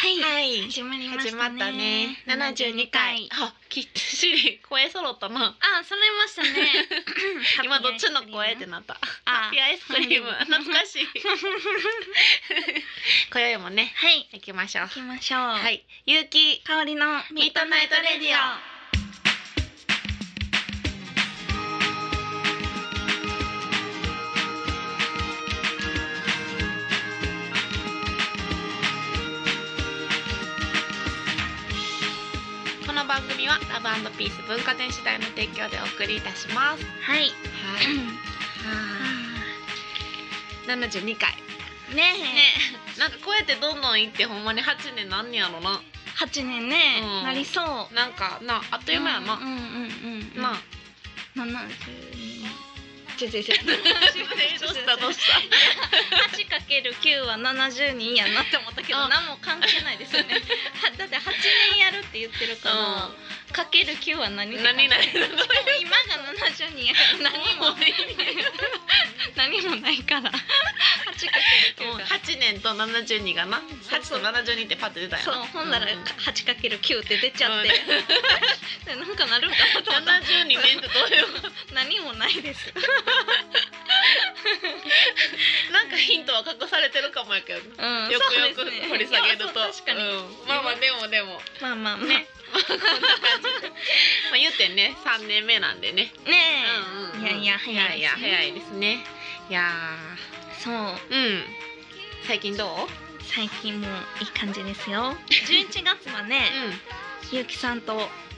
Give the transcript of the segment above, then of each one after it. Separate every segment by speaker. Speaker 1: はい、
Speaker 2: はい
Speaker 1: 始まりまし
Speaker 2: 始ま
Speaker 1: た
Speaker 2: ったね
Speaker 1: ね。
Speaker 2: 七十二回。あ、きっちり声揃ったな。
Speaker 1: あ揃えましたね
Speaker 2: 今どっちの声ってなった。ハ
Speaker 1: あ
Speaker 2: ッピーアイスク リーム
Speaker 1: うん
Speaker 2: 懐かしい。今宵もね
Speaker 1: はい
Speaker 2: 行きましょう
Speaker 1: 行。きましょう
Speaker 2: は、
Speaker 1: はい
Speaker 2: ゆうき
Speaker 1: 香りのミッドナイトレディオ
Speaker 2: この番組はラブピース文化電子台の提供でお送りいたします。
Speaker 1: はい
Speaker 2: はい。七十二回。
Speaker 1: ね
Speaker 2: ね、なんかこうやってどんどん行ってほんまに八年なんねやろな。
Speaker 1: え八年ね、
Speaker 2: うん
Speaker 1: なりそうあっ
Speaker 2: なんかなあっという間やな。
Speaker 1: うんうんうんうん
Speaker 2: なあ。
Speaker 1: 七十二ち ょちょちょ
Speaker 2: どうしたどうした。
Speaker 1: 八かける九は七十人やなって思ったけ
Speaker 2: う
Speaker 1: ど
Speaker 2: ん
Speaker 1: 何も関係ないです よね。はだって八年やるって言ってるから、かける九は何って感じ
Speaker 2: 何々
Speaker 1: でも今が七十人やから何も
Speaker 2: もういい
Speaker 1: 何もないから八かける
Speaker 2: もう
Speaker 1: 九が。
Speaker 2: 八年と七十二がな、八と七十二ってパッて出たよ
Speaker 1: そ
Speaker 2: な。
Speaker 1: うほんなら
Speaker 2: うん
Speaker 1: 八かける九って出ちゃって、 なんかなるんかなと思った
Speaker 2: 七十二年ってどういう こと？
Speaker 1: 何もないです。
Speaker 2: なんかヒントは隠されてるかもやけどな。
Speaker 1: うん
Speaker 2: よく
Speaker 1: そう
Speaker 2: よ
Speaker 1: です
Speaker 2: く
Speaker 1: ね
Speaker 2: 掘り下げると、
Speaker 1: いやそう確かに、
Speaker 2: うんまあまあでもでも、
Speaker 1: まあまあまあ
Speaker 2: ねまあ言ってね三年目なんでね。
Speaker 1: ね
Speaker 2: うんうんうん
Speaker 1: いやいや早いですね
Speaker 2: いや早いですね。いや
Speaker 1: え、そう
Speaker 2: ー、うん。最近どう？う
Speaker 1: 最近もいい感じですよ。11月 はね、
Speaker 2: ん
Speaker 1: ゆうきさんと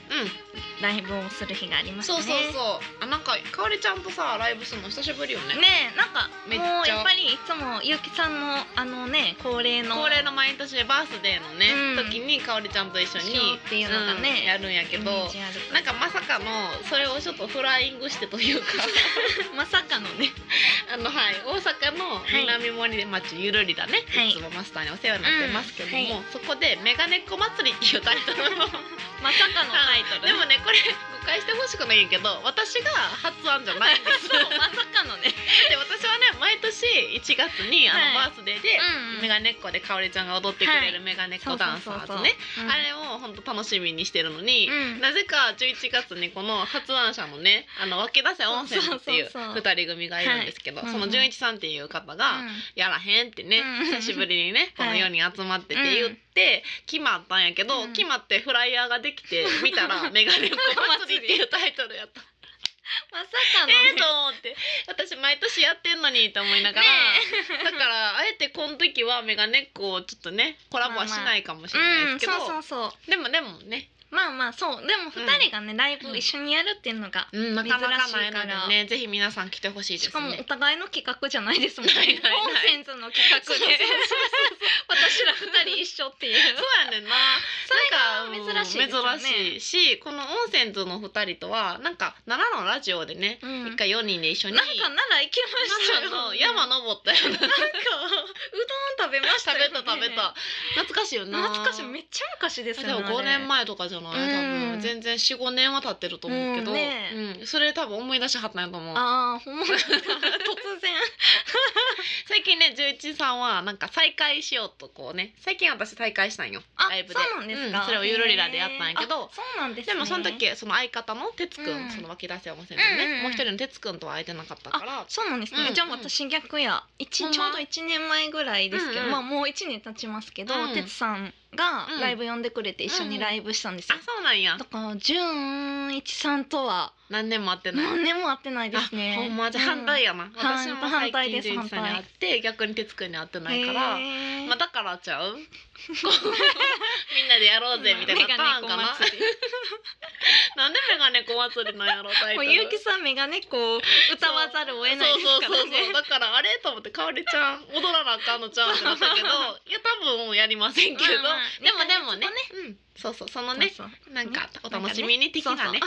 Speaker 2: う
Speaker 1: ライブをする日があり
Speaker 2: ん。
Speaker 1: ます
Speaker 2: そ
Speaker 1: ね。
Speaker 2: うそうそう。あなんかかおりちゃんとさライブするの久しぶりよね。
Speaker 1: ねえなんか
Speaker 2: めっちゃ
Speaker 1: もうやっぱりいつもゆうきさんのあのね恒例の
Speaker 2: 恒例の毎年バースデーのね、
Speaker 1: うん
Speaker 2: 時にかおりちゃんと一緒に
Speaker 1: しようっていうのがね
Speaker 2: んやるんやけど
Speaker 1: イメージある
Speaker 2: なんかまさかのそれをちょっとフライングしてと いうか
Speaker 1: まさかのね
Speaker 2: あの、はい、大阪の南森町ゆるりだね、
Speaker 1: はい
Speaker 2: い、つもマスターにお世話になってますけども、
Speaker 1: うんは
Speaker 2: そこで「メガネっ子祭り」っていうタイトル の
Speaker 1: まさかのタイトル
Speaker 2: でもねこれ誤解してほしくないんやけど私が発案じゃないんです
Speaker 1: そうまさかのね
Speaker 2: で私はね毎年1月にあの、
Speaker 1: はい
Speaker 2: バースデーで、
Speaker 1: うん
Speaker 2: メガネっ子でかおりちゃんが踊ってくれるメガネっ子ダンサーズね、
Speaker 1: うん
Speaker 2: あれを本当楽しみにしてるのに、
Speaker 1: うん
Speaker 2: なぜか11月にこの発案者のねあの分け出せ温泉っていう
Speaker 1: そうそうそう
Speaker 2: 2人組がいるんですけど、
Speaker 1: はい
Speaker 2: その
Speaker 1: うんうん
Speaker 2: 純一さんっていう方が、やらへんってね、
Speaker 1: うん
Speaker 2: 久しぶりにねこの
Speaker 1: はい
Speaker 2: 4人集まってって言って決まったんやけど、
Speaker 1: うん
Speaker 2: 決まってフライヤーができて見たら「メガネっ子祭り」っていうタイトルや った。
Speaker 1: まさかの
Speaker 2: ええ
Speaker 1: ね
Speaker 2: と思って私毎年やってんのにと思いながら、だからあえてこの時はメガネっ子をちょっとねコラボはしないかもしれな
Speaker 1: う
Speaker 2: い
Speaker 1: ん
Speaker 2: ですけど、
Speaker 1: そうそうそう
Speaker 2: でもでもね
Speaker 1: まあまあそうでも二人がね、ライブ一緒にやるっていうのが、
Speaker 2: うん、なかなか
Speaker 1: 珍
Speaker 2: な
Speaker 1: し
Speaker 2: い
Speaker 1: いから
Speaker 2: のでね、ぜひ皆さん来てほしいです
Speaker 1: し
Speaker 2: ね。
Speaker 1: かもお互いの企画じゃないですもんね
Speaker 2: ないないない
Speaker 1: コンセンツの企画で
Speaker 2: そうそうそうそう
Speaker 1: 私ら二人一緒っていう
Speaker 2: そうやねんな。
Speaker 1: それ
Speaker 2: なん
Speaker 1: が
Speaker 2: か
Speaker 1: 珍しいですよね
Speaker 2: 珍しいし、この温泉図の二人とはなんか奈良のラジオでね、
Speaker 1: うん
Speaker 2: 一回四人で一緒に
Speaker 1: なんか奈良行きました
Speaker 2: 奈良
Speaker 1: よ
Speaker 2: の 山登ったよな。
Speaker 1: なんかうどん食べました
Speaker 2: 食
Speaker 1: よね
Speaker 2: べた食べた。懐かしいよな。
Speaker 1: 懐かしいめっちゃ昔です
Speaker 2: で
Speaker 1: よ
Speaker 2: も
Speaker 1: ね
Speaker 2: 5年前とかじゃない多
Speaker 1: うん
Speaker 2: 分全然45年は経ってると思うけど、
Speaker 1: うんね
Speaker 2: うんそれ多分思い出しはったんやと思う
Speaker 1: ああーほん まだ突然
Speaker 2: 最近ね11さんはなんか再開しようとこうね最近私再開したんよ
Speaker 1: あ
Speaker 2: ライブで
Speaker 1: そうなんですか、
Speaker 2: うんそれをゆるりらでやったんやけ
Speaker 1: へーあ
Speaker 2: ど
Speaker 1: そうなんです、
Speaker 2: で
Speaker 1: ね、
Speaker 2: もその時その相方の哲くん、
Speaker 1: うん
Speaker 2: その湧き出せ温泉の
Speaker 1: うんうんう
Speaker 2: ね、
Speaker 1: ん
Speaker 2: もう一人の哲くんとは会えてなかったから
Speaker 1: そうなんですね、
Speaker 2: うん
Speaker 1: じゃあ私逆や一、
Speaker 2: ほんま
Speaker 1: ちょうど1年前ぐらいですけど、
Speaker 2: うんうん
Speaker 1: まあもう1年経ちますけど
Speaker 2: うん
Speaker 1: 哲、さんが
Speaker 2: うん
Speaker 1: ライブ呼んでくれて一緒にライブしたんです
Speaker 2: あ
Speaker 1: よ、
Speaker 2: そうなんや
Speaker 1: だから純一さんとは
Speaker 2: 何年も会ってない
Speaker 1: 何年も会ってないですね
Speaker 2: あほんまじゃあ反対やな、私も
Speaker 1: 反
Speaker 2: 最
Speaker 1: 対
Speaker 2: 近
Speaker 1: です
Speaker 2: 純一さんに会って逆に哲くんに会って
Speaker 1: うん
Speaker 2: ないから
Speaker 1: へ。ー
Speaker 2: まあだからちゃ うこうみんなでやろうぜみたいなパターンかな
Speaker 1: メガネっ子祭
Speaker 2: なんでメガネ小祭り
Speaker 1: り
Speaker 2: なんやろタイ
Speaker 1: も
Speaker 2: ト
Speaker 1: う
Speaker 2: ル
Speaker 1: ゆうきさんメガネっ子を歌わざるを得ないですから
Speaker 2: そうそうそうそう
Speaker 1: ね
Speaker 2: だからあれと思ってかおりちゃん踊らなあかんのちゃうってなったけどいや多分やりませんけど、
Speaker 1: まあまあ
Speaker 2: でもでもねう
Speaker 1: 二ヶ
Speaker 2: ん、そうそうその
Speaker 1: そう
Speaker 2: ね
Speaker 1: そう
Speaker 2: なんか
Speaker 1: ね
Speaker 2: お楽しみに的な ね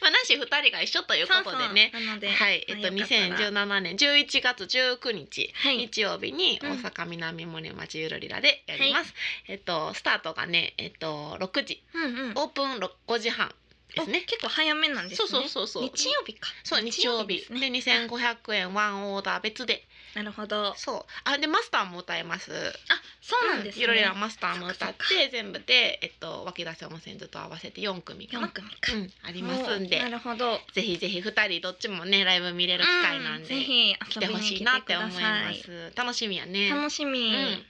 Speaker 2: まあなし2人が一緒ということでね
Speaker 1: そうそうなので
Speaker 2: はいえっと
Speaker 1: まあよかたら
Speaker 2: 2017年11月19日、
Speaker 1: はい
Speaker 2: 日曜日に
Speaker 1: うん
Speaker 2: 大阪南森町ゆるりらでやります、えっとスタートがねえっと6時
Speaker 1: うんうん
Speaker 2: オープン6 5時半ですね
Speaker 1: お結構早めなんです
Speaker 2: そ
Speaker 1: ね
Speaker 2: うそうそうそう
Speaker 1: 日曜日か
Speaker 2: そう日曜日
Speaker 1: です
Speaker 2: で二千五百円ワンオーダー別で
Speaker 1: なるほどあ
Speaker 2: そうあでマスターも歌えます
Speaker 1: そうなんですね
Speaker 2: いろいろマスターも歌
Speaker 1: そ
Speaker 2: っ
Speaker 1: っか
Speaker 2: て全部でえっと湧き出せ温泉ずっと合わせて四組か
Speaker 1: 四
Speaker 2: な
Speaker 1: 組か
Speaker 2: うんありますんで
Speaker 1: おなるほど
Speaker 2: ぜひぜひ二人どっちもねライブ見れる機会なんで
Speaker 1: うぜひ
Speaker 2: 来
Speaker 1: 遊
Speaker 2: て
Speaker 1: び
Speaker 2: ほ
Speaker 1: に
Speaker 2: し
Speaker 1: 来
Speaker 2: い
Speaker 1: て
Speaker 2: なっ
Speaker 1: く
Speaker 2: て思
Speaker 1: だ
Speaker 2: い
Speaker 1: さ
Speaker 2: ま
Speaker 1: い
Speaker 2: す楽しみやね
Speaker 1: 楽しみ、
Speaker 2: うん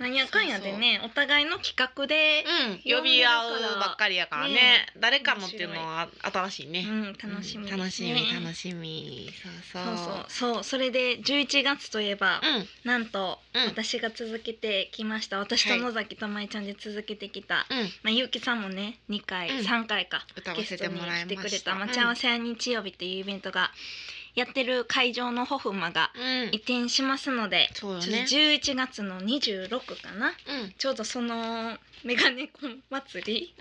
Speaker 1: なんやかんやでねお互いの企画で、
Speaker 2: うん、呼び合うばっかりやからね
Speaker 1: ね
Speaker 2: 誰かのっていうのはあ新しいね、
Speaker 1: うん、楽しみで
Speaker 2: う
Speaker 1: す、ね
Speaker 2: ん楽しみ楽しみそうそ
Speaker 1: そううそうそうそれで11月といえば、
Speaker 2: うん
Speaker 1: なんと、
Speaker 2: うん
Speaker 1: 私が続けてきました私と野崎玉井ちゃんで続けてきた、
Speaker 2: うん
Speaker 1: まあ、ゆうきさんもね2回、
Speaker 2: うん
Speaker 1: 3回か
Speaker 2: 歌わ
Speaker 1: ゲ
Speaker 2: せ
Speaker 1: ス
Speaker 2: て
Speaker 1: トに
Speaker 2: もらい
Speaker 1: 来
Speaker 2: ま
Speaker 1: て
Speaker 2: した
Speaker 1: くれた待ち合わせや日曜日っていうイベントがやってる会場のホフマが
Speaker 2: うん、うん
Speaker 1: 移転しますので、
Speaker 2: そうよ
Speaker 1: ちょっと
Speaker 2: ね
Speaker 1: 11月の26かな
Speaker 2: うんうん
Speaker 1: ちょうどそのメガネコン祭り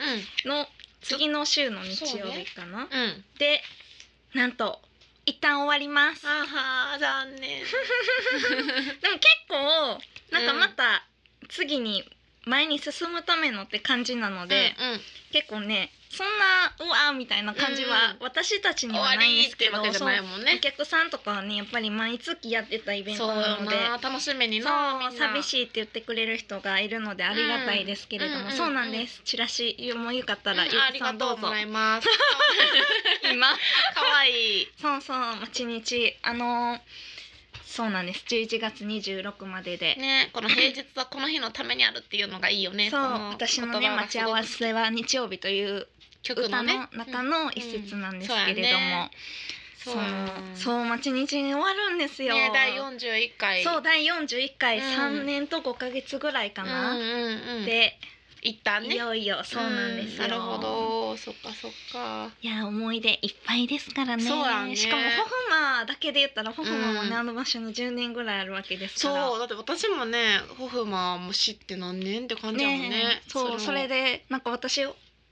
Speaker 1: の次の週の日曜日かな、
Speaker 2: うん
Speaker 1: でなんと一旦終わります
Speaker 2: あはー残念
Speaker 1: でも結構なんかまた次に前に進むためのって感じなので、
Speaker 2: うんうん
Speaker 1: 結構ねそんなうわーみたいな感じは
Speaker 2: う
Speaker 1: 私たちに
Speaker 2: 終
Speaker 1: は
Speaker 2: わ
Speaker 1: ないん
Speaker 2: り
Speaker 1: で
Speaker 2: って
Speaker 1: すけ
Speaker 2: いう
Speaker 1: ど、
Speaker 2: わけじゃない
Speaker 1: そう
Speaker 2: もん
Speaker 1: お
Speaker 2: ね
Speaker 1: 客さんとかはねやっぱり毎月やってたイベン
Speaker 2: そ
Speaker 1: ト
Speaker 2: う
Speaker 1: な
Speaker 2: よ
Speaker 1: ので。
Speaker 2: な楽しみにな
Speaker 1: そう寂しいって言ってくれる人がいるのでありがたいですけれども、
Speaker 2: うんうん
Speaker 1: そうなんですチラシもよかっ
Speaker 2: た
Speaker 1: たら、
Speaker 2: うん、
Speaker 1: ゆう
Speaker 2: あ
Speaker 1: き
Speaker 2: り
Speaker 1: さ
Speaker 2: が
Speaker 1: ん
Speaker 2: と
Speaker 1: ど
Speaker 2: う
Speaker 1: うぞ
Speaker 2: もらい ます
Speaker 1: 今
Speaker 2: 可愛い
Speaker 1: そうそう町日あのーそうなんです11月26までで、
Speaker 2: ねこの平日はこの日のためにあるっていうのがいいよね
Speaker 1: そう
Speaker 2: この
Speaker 1: 私の
Speaker 2: 言
Speaker 1: ね
Speaker 2: 葉が
Speaker 1: 待ち合わ
Speaker 2: す
Speaker 1: せは日曜日という
Speaker 2: ごく曲の
Speaker 1: 歌の
Speaker 2: ね
Speaker 1: 中の一節なんですけれども、
Speaker 2: そうやね
Speaker 1: そのそう町日に終わるんですよ、
Speaker 2: ね、第41回
Speaker 1: そう第41回、
Speaker 2: うん
Speaker 1: 3年と5か月ぐらいかな、
Speaker 2: うんうんうん、
Speaker 1: で、
Speaker 2: 一旦
Speaker 1: い
Speaker 2: ね
Speaker 1: よいよそうなんですよ、
Speaker 2: なるほどそっかそっか
Speaker 1: いや思い出いっぱいですからね
Speaker 2: そうやね
Speaker 1: しかもホフマだけで言ったらホフマもね、
Speaker 2: うん
Speaker 1: あの場所に10年ぐらいあるわけですから
Speaker 2: そうだって私もねホフマンも知って何年って感じやもんね
Speaker 1: ねえそうそ
Speaker 2: で
Speaker 1: れでなんか私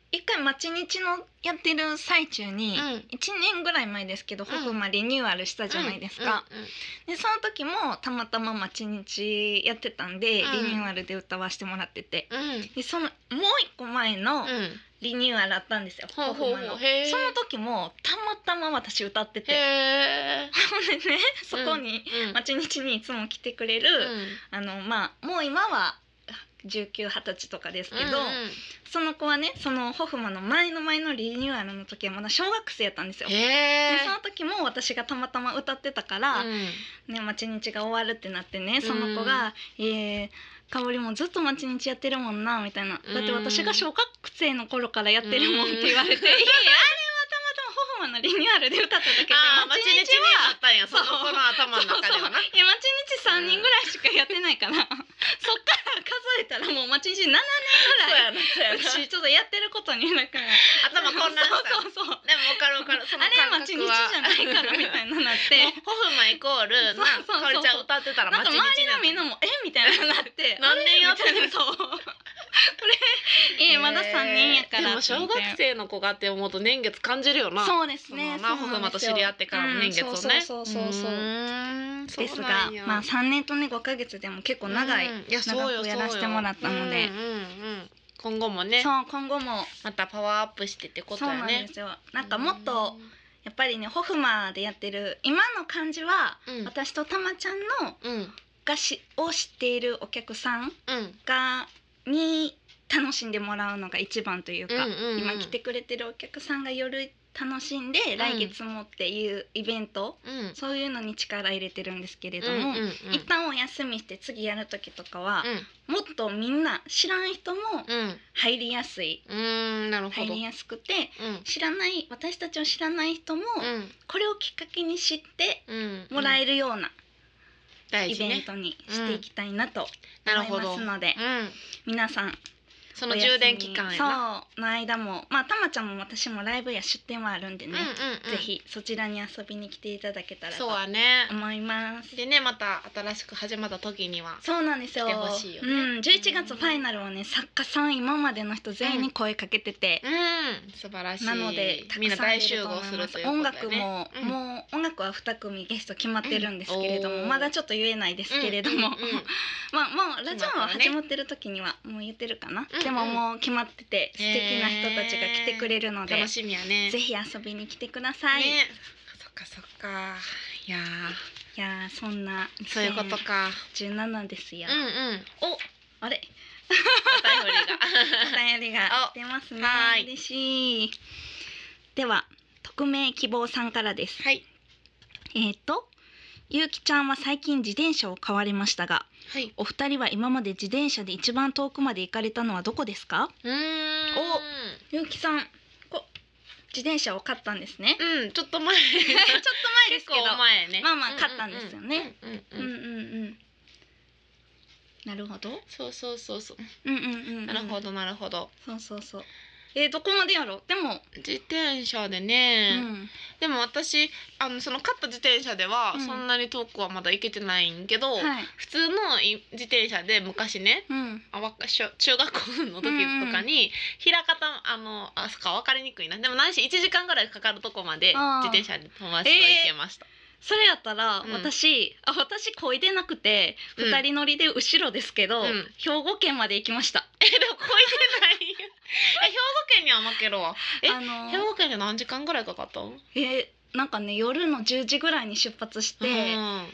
Speaker 1: 一回町日のやってる最中に、
Speaker 2: うん
Speaker 1: 一年ぐらい前ですけど、
Speaker 2: ん
Speaker 1: ホフマリニューアルしたじゃないですか、、
Speaker 2: うんうんうん
Speaker 1: でその時もたまたま町日やってたんで、
Speaker 2: うん
Speaker 1: リニューアルで歌わしてもらってて
Speaker 2: うんうん
Speaker 1: でそのもう一個前のリニューアルあったんですよ、
Speaker 2: ほう
Speaker 1: ホ
Speaker 2: ほうほ
Speaker 1: フマ
Speaker 2: う
Speaker 1: の
Speaker 2: へえ
Speaker 1: その時もたまたま私歌ってて
Speaker 2: へえ、
Speaker 1: ほんでねそこに、
Speaker 2: うん
Speaker 1: 町日にいつも来てくれる、あのまあもう今は1920歳とかですけど、
Speaker 2: うんうん
Speaker 1: その子はねそのホフマの前の前のリニューアルの時はまだ小学生やったんですよ。で
Speaker 2: へえ
Speaker 1: その時も私がたまたま歌ってたから、
Speaker 2: うん
Speaker 1: ね町日が終わるってなってねその子が「えー、かおりもずっと町日やってるもんな」みたいな「
Speaker 2: うん
Speaker 1: だって私が小学生の頃からやってるもん」っ
Speaker 2: うん
Speaker 1: て言われて「いやあれはたまたまホフマのリニューアルで歌っただけで
Speaker 2: あー町日にあったんやそ
Speaker 1: そう
Speaker 2: の子の頭の
Speaker 1: そうそう
Speaker 2: 中ではな。
Speaker 1: いや町日三人ぐらいしかやってないから、そっから数えたらもう町日七年ぐらい。
Speaker 2: そうやなそうや
Speaker 1: 私ちょっとやってることになんか
Speaker 2: な頭混乱した。
Speaker 1: そうそうそう
Speaker 2: でも分かる分かるその
Speaker 1: あれ
Speaker 2: 感
Speaker 1: 町
Speaker 2: 覚
Speaker 1: 日じ
Speaker 2: は。
Speaker 1: ゃないからみたいななっ
Speaker 2: もう
Speaker 1: て
Speaker 2: ホフマンイコールな
Speaker 1: そうそうそう
Speaker 2: かおりちゃん歌ってたら
Speaker 1: なんか
Speaker 2: 町日
Speaker 1: 周りのみんなも「えみたいななって
Speaker 2: 何年やって
Speaker 1: あれみたいなそうこれいやまだ三年やから
Speaker 2: でも小学生の子がって思うと年月感じるよなう
Speaker 1: そうですね
Speaker 2: まあホフマンと知り合ってからの年月をね
Speaker 1: そうそうそうそうう
Speaker 2: ーん
Speaker 1: です
Speaker 2: そう
Speaker 1: が
Speaker 2: なんや
Speaker 1: まあ三年とね五ヶ月でも結構長い、
Speaker 2: うんいやそうよ
Speaker 1: 長くやらせてもらったので
Speaker 2: そうようんうんうん今後もね
Speaker 1: そう今後も
Speaker 2: またパワーアップしてってこと
Speaker 1: そう
Speaker 2: や
Speaker 1: なん
Speaker 2: ね
Speaker 1: ですよなんかもっとやっぱりねホフマでやってる今の感じは、
Speaker 2: うん
Speaker 1: 私とたまちゃんの
Speaker 2: うんうん
Speaker 1: がしを知っているお客さん
Speaker 2: うん
Speaker 1: がに楽しんでもらうのが一番というか、
Speaker 2: うんうん
Speaker 1: 今来てくれてるお客さんがより楽しんで、来月もっていうイベント
Speaker 2: うん
Speaker 1: そういうのに力入れてるんですけれど
Speaker 2: うん
Speaker 1: も、
Speaker 2: うんうん
Speaker 1: 一旦お休みして次やる時とかは、もっとみんな知らん人も
Speaker 2: うんうん
Speaker 1: 入りやすい、
Speaker 2: うーんなるほ
Speaker 1: 入
Speaker 2: ど
Speaker 1: りやすくて
Speaker 2: うん
Speaker 1: 知らない私たちを知らない人も
Speaker 2: うん
Speaker 1: これをきっかけに知って
Speaker 2: うん
Speaker 1: もら
Speaker 2: る
Speaker 1: えるような
Speaker 2: 大
Speaker 1: イ
Speaker 2: 事
Speaker 1: ベン
Speaker 2: ね
Speaker 1: トにしていきたいなと
Speaker 2: なるほ
Speaker 1: 思いま
Speaker 2: ど
Speaker 1: すので、
Speaker 2: うん
Speaker 1: 皆さん
Speaker 2: その充電期間やな
Speaker 1: そうの間もまあたまちゃんも私もライブや出店はあるんでね、
Speaker 2: うんうんうん、
Speaker 1: ぜひそちらに遊びに来ていただけたらと
Speaker 2: そうやね
Speaker 1: 思います
Speaker 2: でねまた新しく始まった時には
Speaker 1: そうなんですよ
Speaker 2: 来てほしいよね
Speaker 1: うん、11月ファイナルはね作家さん今までの人全員に声かけてて、
Speaker 2: うん素晴らしい
Speaker 1: なのでた
Speaker 2: みんな
Speaker 1: くさん
Speaker 2: 大
Speaker 1: 出
Speaker 2: 集
Speaker 1: ると思
Speaker 2: 合
Speaker 1: い
Speaker 2: す
Speaker 1: ま
Speaker 2: る
Speaker 1: す、
Speaker 2: ということ
Speaker 1: 音
Speaker 2: やね
Speaker 1: 楽も、
Speaker 2: うん
Speaker 1: もう音楽は2組ゲスト決まってるんですけれども、
Speaker 2: うんおー
Speaker 1: まだちょっと言えないですけれども、
Speaker 2: う んうんうん
Speaker 1: まあもうラジオは始まってる時にはもう言ってるかな、
Speaker 2: うん
Speaker 1: でももう決まってて素敵な人たちが来てくれるので、
Speaker 2: 楽しみやね
Speaker 1: ぜひ遊びに来てください。
Speaker 2: ねそっかそっかいや
Speaker 1: いやーそんな
Speaker 2: ーそういうことか
Speaker 1: 17ですよ。
Speaker 2: うんうんおお便
Speaker 1: あ れ
Speaker 2: り
Speaker 1: お便りが来てますね
Speaker 2: おは。い
Speaker 1: 嬉しい。では匿名希望さんからです。
Speaker 2: がはい
Speaker 1: えっ、とゆうきちゃんは最近自転車を買われましたが、
Speaker 2: はい
Speaker 1: お二人は今まで自転車で一番遠くまで行かれたのはどこですか？
Speaker 2: うーん
Speaker 1: おゆうきさん、こ自転車を買ったんですね。
Speaker 2: うんちょっと前
Speaker 1: ちょっと前です
Speaker 2: 結
Speaker 1: けど。
Speaker 2: 構前ね
Speaker 1: まあまあ買ったんですよね
Speaker 2: うんうんうん
Speaker 1: う
Speaker 2: うんんう
Speaker 1: う
Speaker 2: ん
Speaker 1: んうん。なるほど。
Speaker 2: そうそうそうそう
Speaker 1: うんうんうんうん。
Speaker 2: なるほどなるほど
Speaker 1: そうそうそう。えー、どこまでやろう。でも、
Speaker 2: 自転車で
Speaker 1: う
Speaker 2: ね、
Speaker 1: ん、
Speaker 2: でも私あのその買った自転車では
Speaker 1: うん
Speaker 2: そんなに遠くはまだ行けてないんけど、
Speaker 1: はい。
Speaker 2: 普通のい自転車で昔ね
Speaker 1: うん。
Speaker 2: あわか小中学校の時とかに枚方あのあそっか分かりにくいなでもないし1時間ぐらいかかるとこまで
Speaker 1: あー
Speaker 2: 自転車で友達と行けました、
Speaker 1: それやったら、
Speaker 2: うん
Speaker 1: 私、あ、私こいでなくて、
Speaker 2: うん
Speaker 1: 二人乗りで後ろですけど、
Speaker 2: うん
Speaker 1: 兵庫県まで行きました。
Speaker 2: えでもこいで ないよえ兵庫県には負けるわえ
Speaker 1: あ
Speaker 2: 兵
Speaker 1: の
Speaker 2: 庫県で何時間ぐらいかかったの
Speaker 1: ー、えー、なんかね、夜の十時ぐらいに出発し
Speaker 2: うん
Speaker 1: て。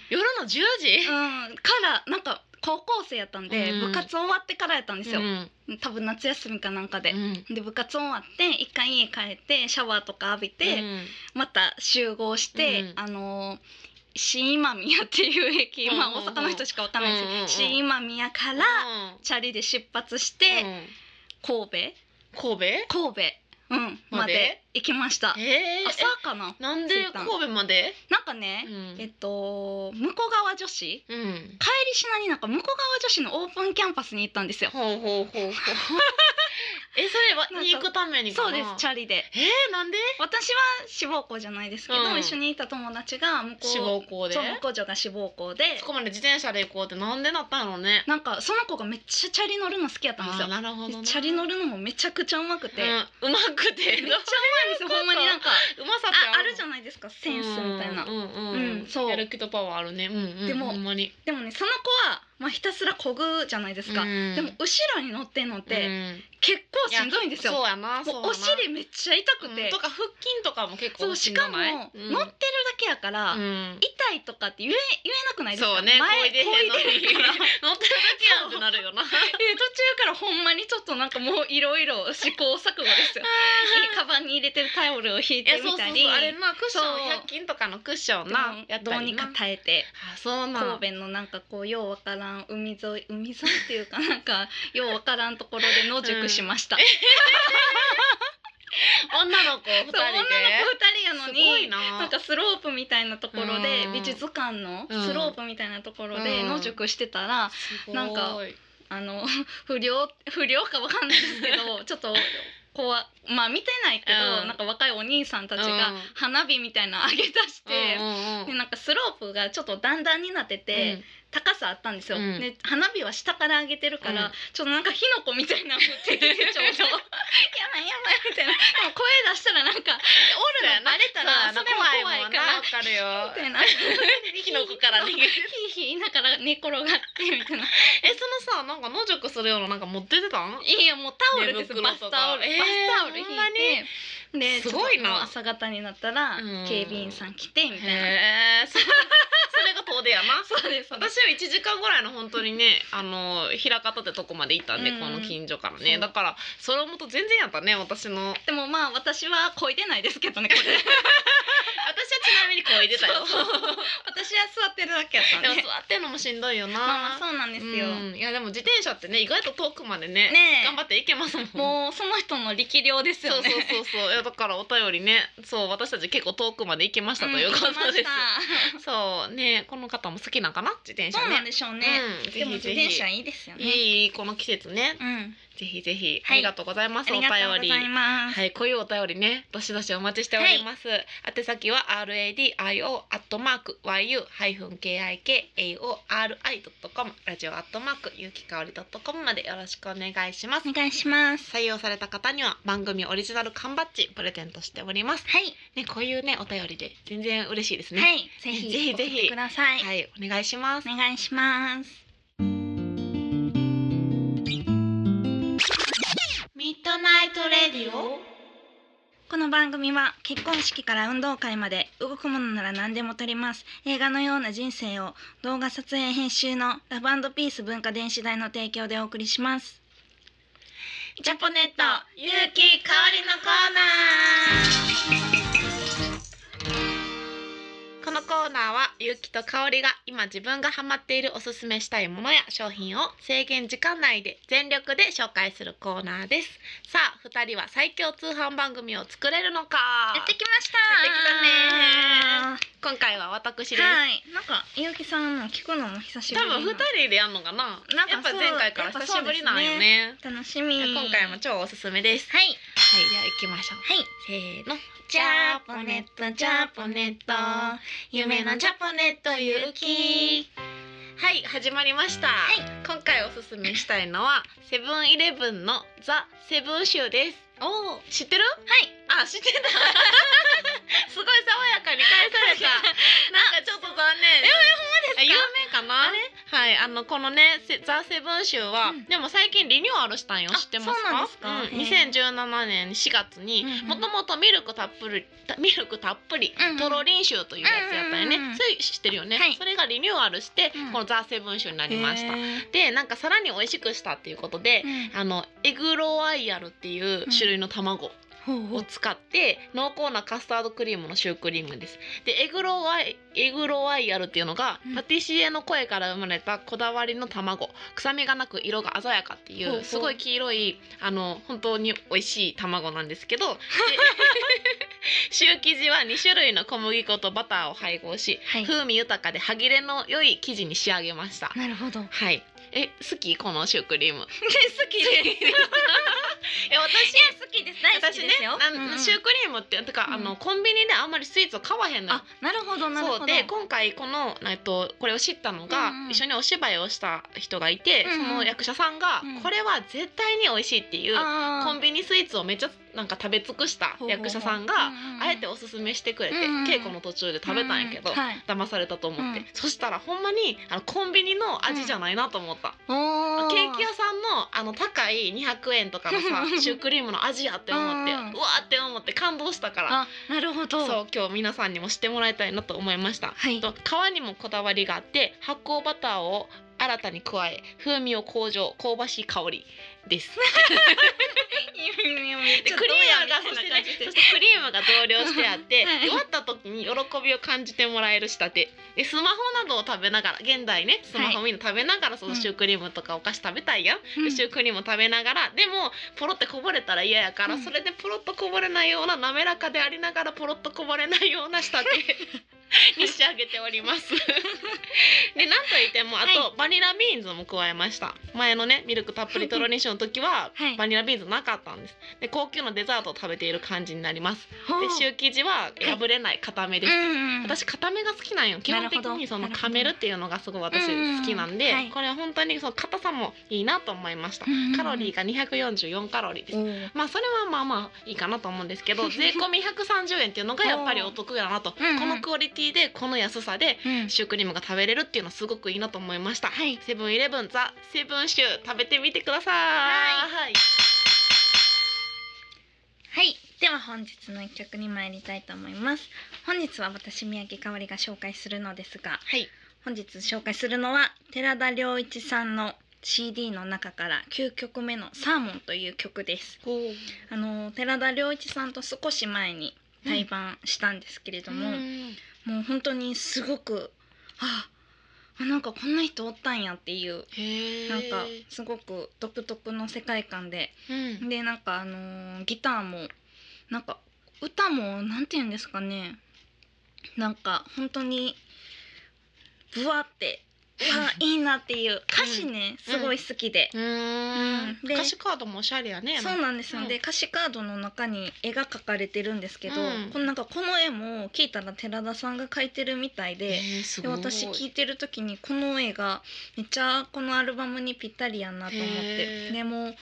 Speaker 2: 夜の10時、
Speaker 1: うん、からなんか高校生やったんで、
Speaker 2: うん
Speaker 1: 部活終わってからやったんですよ、
Speaker 2: ん
Speaker 1: 多分夏休みかなんかで
Speaker 2: う、ん
Speaker 1: で部活終わって一回家帰ってシャワーとか浴びて、
Speaker 2: うん
Speaker 1: また集合して、
Speaker 2: うん
Speaker 1: あのー新今宮っていう駅、まあ
Speaker 2: うんうんうん
Speaker 1: 大阪の人しかわかんないですけど、
Speaker 2: うんうんうん
Speaker 1: 新今宮から
Speaker 2: うん
Speaker 1: チャリで出発し
Speaker 2: う
Speaker 1: て、
Speaker 2: ん
Speaker 1: 神
Speaker 2: 神戸
Speaker 1: 戸神戸、うん、
Speaker 2: まで
Speaker 1: まで行きました
Speaker 2: えー、
Speaker 1: 朝かな
Speaker 2: えなんで神戸まで、
Speaker 1: なんかね、
Speaker 2: ん
Speaker 1: えっと向こう側女子
Speaker 2: うん、
Speaker 1: 帰りしなになんか向こう側女子のオープンキャンパスに行ったんですよ。
Speaker 2: ほうほうほうほ うえそれは
Speaker 1: なんか
Speaker 2: に行くためにか
Speaker 1: そ
Speaker 2: な
Speaker 1: うですチャリで
Speaker 2: えー、なんで
Speaker 1: 私は志望校じゃないですけど、
Speaker 2: うん
Speaker 1: 一緒にいた友達が向こう
Speaker 2: 志望校で
Speaker 1: そう向こう女が志望校で
Speaker 2: そこまで自転車で行こうってなんでなったのね
Speaker 1: なんかその子がめっちゃチャリ乗るの好きやったんです
Speaker 2: あ
Speaker 1: よ
Speaker 2: ー。なるほどね
Speaker 1: チャリ乗るのもめちゃくちゃうまくて、めっち
Speaker 2: うん、うまくて
Speaker 1: ゃうまいんですよほんまになんか
Speaker 2: うまさって
Speaker 1: ああるじゃ
Speaker 2: ん
Speaker 1: ないですかセンスみたいな
Speaker 2: う。んうん、うん
Speaker 1: うんそう
Speaker 2: やる気とパワーあるね、うんうん、
Speaker 1: でも
Speaker 2: ほんまに
Speaker 1: でもねその子は、まあ、ひたすらこぐじゃないですか。
Speaker 2: うん
Speaker 1: でも後ろに乗ってんのって、
Speaker 2: うん
Speaker 1: 結構しんどいんですよ。
Speaker 2: そうやなそうやな
Speaker 1: もうお尻めっちゃ痛くて、
Speaker 2: うんとか腹筋とかも結構
Speaker 1: そうしかも、乗ってるだけやから、
Speaker 2: うん、
Speaker 1: 痛いとかって言え言えなくないですか
Speaker 2: そうね
Speaker 1: 前
Speaker 2: こいでへんのに
Speaker 1: こいでるから
Speaker 2: 乗ってるだけやんってなるよな
Speaker 1: え途中からほんまにちょっとなんかもういろいろ試行錯誤で すよいカバンに入れてるタオルを引い
Speaker 2: いや
Speaker 1: て
Speaker 2: そう
Speaker 1: み
Speaker 2: そう
Speaker 1: た
Speaker 2: そう
Speaker 1: り
Speaker 2: あれなクッション
Speaker 1: そう
Speaker 2: 百均とかのクッション
Speaker 1: でも
Speaker 2: なやっ
Speaker 1: ど
Speaker 2: た
Speaker 1: う
Speaker 2: り
Speaker 1: に
Speaker 2: な
Speaker 1: か耐えて
Speaker 2: あそうなん
Speaker 1: 神戸のなんかこうようわからん海沿い海沿いっていうかなんかようわからんところで野宿しました、
Speaker 2: 女の子二人
Speaker 1: そう女の子2人やの
Speaker 2: で。すごい
Speaker 1: に
Speaker 2: な。
Speaker 1: なんかスロープみたいなところで
Speaker 2: うん
Speaker 1: 美術館のスロープみたいなところで
Speaker 2: うん
Speaker 1: 野宿してたら
Speaker 2: すごい
Speaker 1: なんかあの 不良不良かわかんないですけどちょっとこわまあ見てないけど、
Speaker 2: うん
Speaker 1: なんか若いお兄さんたち
Speaker 2: う
Speaker 1: が
Speaker 2: ん
Speaker 1: 花火みたいなの上げ出して
Speaker 2: うん、うん
Speaker 1: でなんかスロープがちょっと段々になってて、高さあったんですよ、
Speaker 2: うん
Speaker 1: で花火は下から上げてるから、
Speaker 2: うん
Speaker 1: ちょっとなんか火の粉みたいなの降ってきてちょうどやばいやばいみたいなでも声出したらなんかおるのバレたらそ
Speaker 2: そ
Speaker 1: れも怖いから
Speaker 2: わ。かるよ。
Speaker 1: み たいな
Speaker 2: 火の粉から逃げる。
Speaker 1: ヒーヒー言いながら寝転がってみたいな
Speaker 2: えそのさなんか野宿するようななんか持っててたん？
Speaker 1: いやもうタオルです
Speaker 2: 寝袋
Speaker 1: よバス
Speaker 2: とか
Speaker 1: タオル、
Speaker 2: えー
Speaker 1: バスタオル引い
Speaker 2: ほんま
Speaker 1: てです
Speaker 2: ごいな
Speaker 1: ちょっともう朝方になったら
Speaker 2: うん
Speaker 1: 警備員さん来てみたいな
Speaker 2: へえ。 それそれが遠出やな。
Speaker 1: そうですそうです
Speaker 2: 私は1時間ぐらいの本当にねあの枚方ってとこまで行ったんで、
Speaker 1: うん
Speaker 2: この近所から
Speaker 1: そ
Speaker 2: ね
Speaker 1: う
Speaker 2: だからそれをもと全然やったね私の私は
Speaker 1: でもまあ私はこいでないですけどねこれ
Speaker 2: ちなみにこう出たよ
Speaker 1: そうそう私は座ってるだけやったん
Speaker 2: でも座
Speaker 1: で
Speaker 2: ってんのもしんどいよな、
Speaker 1: まあまあそうなんですよ、
Speaker 2: うんいやでも自転車ってね意外と遠くまでね
Speaker 1: ねえ
Speaker 2: 頑張って行けますもん
Speaker 1: もうその人の力量です
Speaker 2: そうそ
Speaker 1: よ
Speaker 2: う
Speaker 1: ね
Speaker 2: そうそういやだからお便りねそう私たち結構遠くまで行けましたということ
Speaker 1: ん行きま
Speaker 2: です
Speaker 1: し、た
Speaker 2: そうねこの方も好きなんかな自転車
Speaker 1: そうなん
Speaker 2: ね
Speaker 1: でしょうね、
Speaker 2: うんぜ
Speaker 1: でも
Speaker 2: ひ
Speaker 1: 自
Speaker 2: ぜ
Speaker 1: 転
Speaker 2: ひ
Speaker 1: 車いいですよね
Speaker 2: いいこの季節ね
Speaker 1: うん
Speaker 2: ぜひぜひ、
Speaker 1: は
Speaker 2: あ
Speaker 1: い
Speaker 2: りがとうございます
Speaker 1: ありがとう
Speaker 2: お
Speaker 1: ご
Speaker 2: 便
Speaker 1: ざ
Speaker 2: り
Speaker 1: います、
Speaker 2: はい、こういうお便りね、どしどしお待ちしております。宛先は r a d i o アットマーク y u ハイフン k i k a o r i ドットコムラジオアットマークゆきかおりドットコムまでよろしくお願いします。
Speaker 1: お願いします
Speaker 2: 採用された方には番組オリジナル缶バッジプレゼントしております。
Speaker 1: はい、
Speaker 2: ね、こういうねお便りで全然嬉しいですね。
Speaker 1: はいぜひ
Speaker 2: ぜひぜひ
Speaker 1: 送ってください
Speaker 2: はい、お願いします。
Speaker 1: お願いします
Speaker 2: レディオ
Speaker 1: この番組は結婚式から運動会まで動くものなら何でも撮ります映画のような人生を動画撮影編集のラブピース文化電子代の提供でお送りしますジャポネット
Speaker 2: ゆうきかおりのコーナーこのコーナーはゆうきとかおりが今自分がハマっているおすすめしたいものや商品を制限時間内で全力で紹介するコーナーですさあ二人は最強通販番組を作れるのか
Speaker 1: やってきました
Speaker 2: や今回は私です、
Speaker 1: はいなんかゆうきさんの聞くのも久しぶ
Speaker 2: 多
Speaker 1: りな
Speaker 2: 分二人でやんのかな
Speaker 1: なんか
Speaker 2: やっぱ
Speaker 1: そう
Speaker 2: 前回から久しぶりなんよね
Speaker 1: 楽しみ
Speaker 2: 今回も超おすすめです
Speaker 1: はい
Speaker 2: はいじゃあ行きましょう
Speaker 1: はい
Speaker 2: せーの
Speaker 1: ジャポネットジャポネット夢のジャ
Speaker 2: ポネット
Speaker 1: ゆうき
Speaker 2: はい始まりました、
Speaker 1: い
Speaker 2: 今回おすすめしたいのはセブンイレブンのザ・セブンシューですお知ってるはいあ知ってたすごい爽やかに返された なんかちょっと残念
Speaker 1: ええほんまですか
Speaker 2: あ有名かなはいあのこのねセザ・セブンシューは、
Speaker 1: うん
Speaker 2: でも最近リニューアルしたんよ
Speaker 1: あ
Speaker 2: 知ってますか
Speaker 1: そうなんですか
Speaker 2: うん
Speaker 1: へー
Speaker 2: 2017年4月に
Speaker 1: うんうん
Speaker 2: もともとミルクたっぷりたミルクたっぷり
Speaker 1: うんうん
Speaker 2: とろりんシューというやつやったよね、
Speaker 1: うんうんうん
Speaker 2: それ知ってるよね、
Speaker 1: はい
Speaker 2: それがリニューアルして、
Speaker 1: うん
Speaker 2: このザ・セブンシューになりました
Speaker 1: へー
Speaker 2: でなんかさらに美味しくしたっていうことで、
Speaker 1: うん
Speaker 2: あのエグロワイヤルっていう種類の卵
Speaker 1: ほうほ
Speaker 2: を
Speaker 1: う
Speaker 2: 使って濃厚なカスタードクリームのシュークリームですでエグロワイエグロワイヤルっていうのが、
Speaker 1: うん
Speaker 2: パティシエの声から生まれたこだわりの卵臭みがなく色が鮮やかってい
Speaker 1: ほうほ
Speaker 2: う
Speaker 1: う
Speaker 2: すごい黄色いあの本当に美味しい卵なんですけど でシュー生地は2種類の小麦粉とバターを配合し
Speaker 1: はい
Speaker 2: 風味豊かで歯切れの良い生地に仕上げました
Speaker 1: なるほど好
Speaker 2: はいえ好きこのシューク リーム
Speaker 1: きです
Speaker 2: え私
Speaker 1: いや好きです大好き
Speaker 2: 私
Speaker 1: で
Speaker 2: ね
Speaker 1: すよ、
Speaker 2: あ
Speaker 1: うんう
Speaker 2: の
Speaker 1: ん
Speaker 2: シュークリームっててか、あ
Speaker 1: う
Speaker 2: の
Speaker 1: ん
Speaker 2: コンビニであんまりスイーツを買わへんのよ
Speaker 1: あ。なるほどなるほど
Speaker 2: そうで今回この、えっと、これを知ったのが、
Speaker 1: うんうん
Speaker 2: 一緒にお芝居をした人がいて、
Speaker 1: うんうん
Speaker 2: その役者さんが、
Speaker 1: うん
Speaker 2: これは絶対に美味しいっていう
Speaker 1: あー
Speaker 2: コンビニスイーツをめっちゃなんか食べ尽くした
Speaker 1: ほうほうほう
Speaker 2: 役者さんが
Speaker 1: うんうん
Speaker 2: あえておすすめしてくれて、
Speaker 1: うんうん
Speaker 2: 稽古の途中で食べたんやけど、
Speaker 1: うはい、
Speaker 2: 騙されたと思って、
Speaker 1: うん
Speaker 2: そしたらほんまにあのコンビニの味じゃないなと思った。
Speaker 1: おー
Speaker 2: ケーキ屋さんのあの高い200円とかのさシュークリームの味やって思ってう
Speaker 1: うん
Speaker 2: わーって思って感動したから
Speaker 1: あなるほど
Speaker 2: そう今日皆さんにも知ってもらいたいなと思いました、
Speaker 1: はい
Speaker 2: と皮にもこだわりがあって発酵バターを新たに加え風味を向上香ばしい香りですでクリームがそして,、ね、そしてクリームが同量してあって、
Speaker 1: はい
Speaker 2: 弱った時に喜びを感じてもらえる仕立てでスマホなどを食べながら現代ねスマホみんな食べながらそのシュークリームとかお菓子食べたいやん、
Speaker 1: うん
Speaker 2: でシュークリーム食べながらでもポロってこぼれたら嫌やから、
Speaker 1: うん
Speaker 2: それでポロっとこぼれないような滑らかでありながらポロっとこぼれないような仕 立てに仕上げております。でなんといってもあと、バニラビーンズも加えました前のねミルクたっぷりトロニッシュの時は、
Speaker 1: はい
Speaker 2: バニラビーンズなかったんですで高級なデザートを食べている感じになります
Speaker 1: ほう
Speaker 2: でシュー生地は破れない固めです、
Speaker 1: うんうん、
Speaker 2: 私固めが好きなんよ基本的
Speaker 1: なるほ
Speaker 2: に
Speaker 1: ど
Speaker 2: その
Speaker 1: なるほど
Speaker 2: 噛めるっていうのがすごい私
Speaker 1: うんうん
Speaker 2: 好きなんで、
Speaker 1: はい
Speaker 2: これは本当にその硬さもいいなと思いました、
Speaker 1: うんうん
Speaker 2: カロリーが244カロリーです、
Speaker 1: おー
Speaker 2: まあそれはまあまあいいかなと思うんですけど税込み130円っていうのがやっぱりお得だなと、
Speaker 1: うんうん
Speaker 2: このクオリティでこの安さで
Speaker 1: うん
Speaker 2: シュークリームが食べれるっていうのはすごくいいなと思いました、
Speaker 1: はい
Speaker 2: セブンイレブンザセブンシュー食べてみてくださいはい
Speaker 1: はいでは本日の一曲に参りたいと思います本日は私宮城香織が紹介するのですが
Speaker 2: はい
Speaker 1: 本日紹介するのは寺田良一さんの CD の中から9曲目のサーモンという曲ですあの寺田良一さんと少し前に対バンしたんですけれども、
Speaker 2: うん
Speaker 1: もう本当にすごくああなんかこんな人おったんやっていう
Speaker 2: へー
Speaker 1: なんかすごく独特の世界観で
Speaker 2: うん
Speaker 1: でなんかあのーギターもなんか歌もなんて言うんですかねなんか本当にぶわってうわいいなっていう歌詞ね、
Speaker 2: うん
Speaker 1: すごい好きで、
Speaker 2: うーん
Speaker 1: うんで
Speaker 2: 歌詞カードもおしゃれやね
Speaker 1: そうなんですよ、
Speaker 2: うん
Speaker 1: で歌詞カードの中に絵が描かれてるんですけど、
Speaker 2: うん
Speaker 1: このなんかこの絵も聞いたら寺田さんが描いてるみたいで。
Speaker 2: へーす
Speaker 1: で
Speaker 2: ごい
Speaker 1: 私聞いてる時にこの絵がめっちゃこのアルバムにぴったりやなと思っ
Speaker 2: へ
Speaker 1: て
Speaker 2: ー
Speaker 1: でもう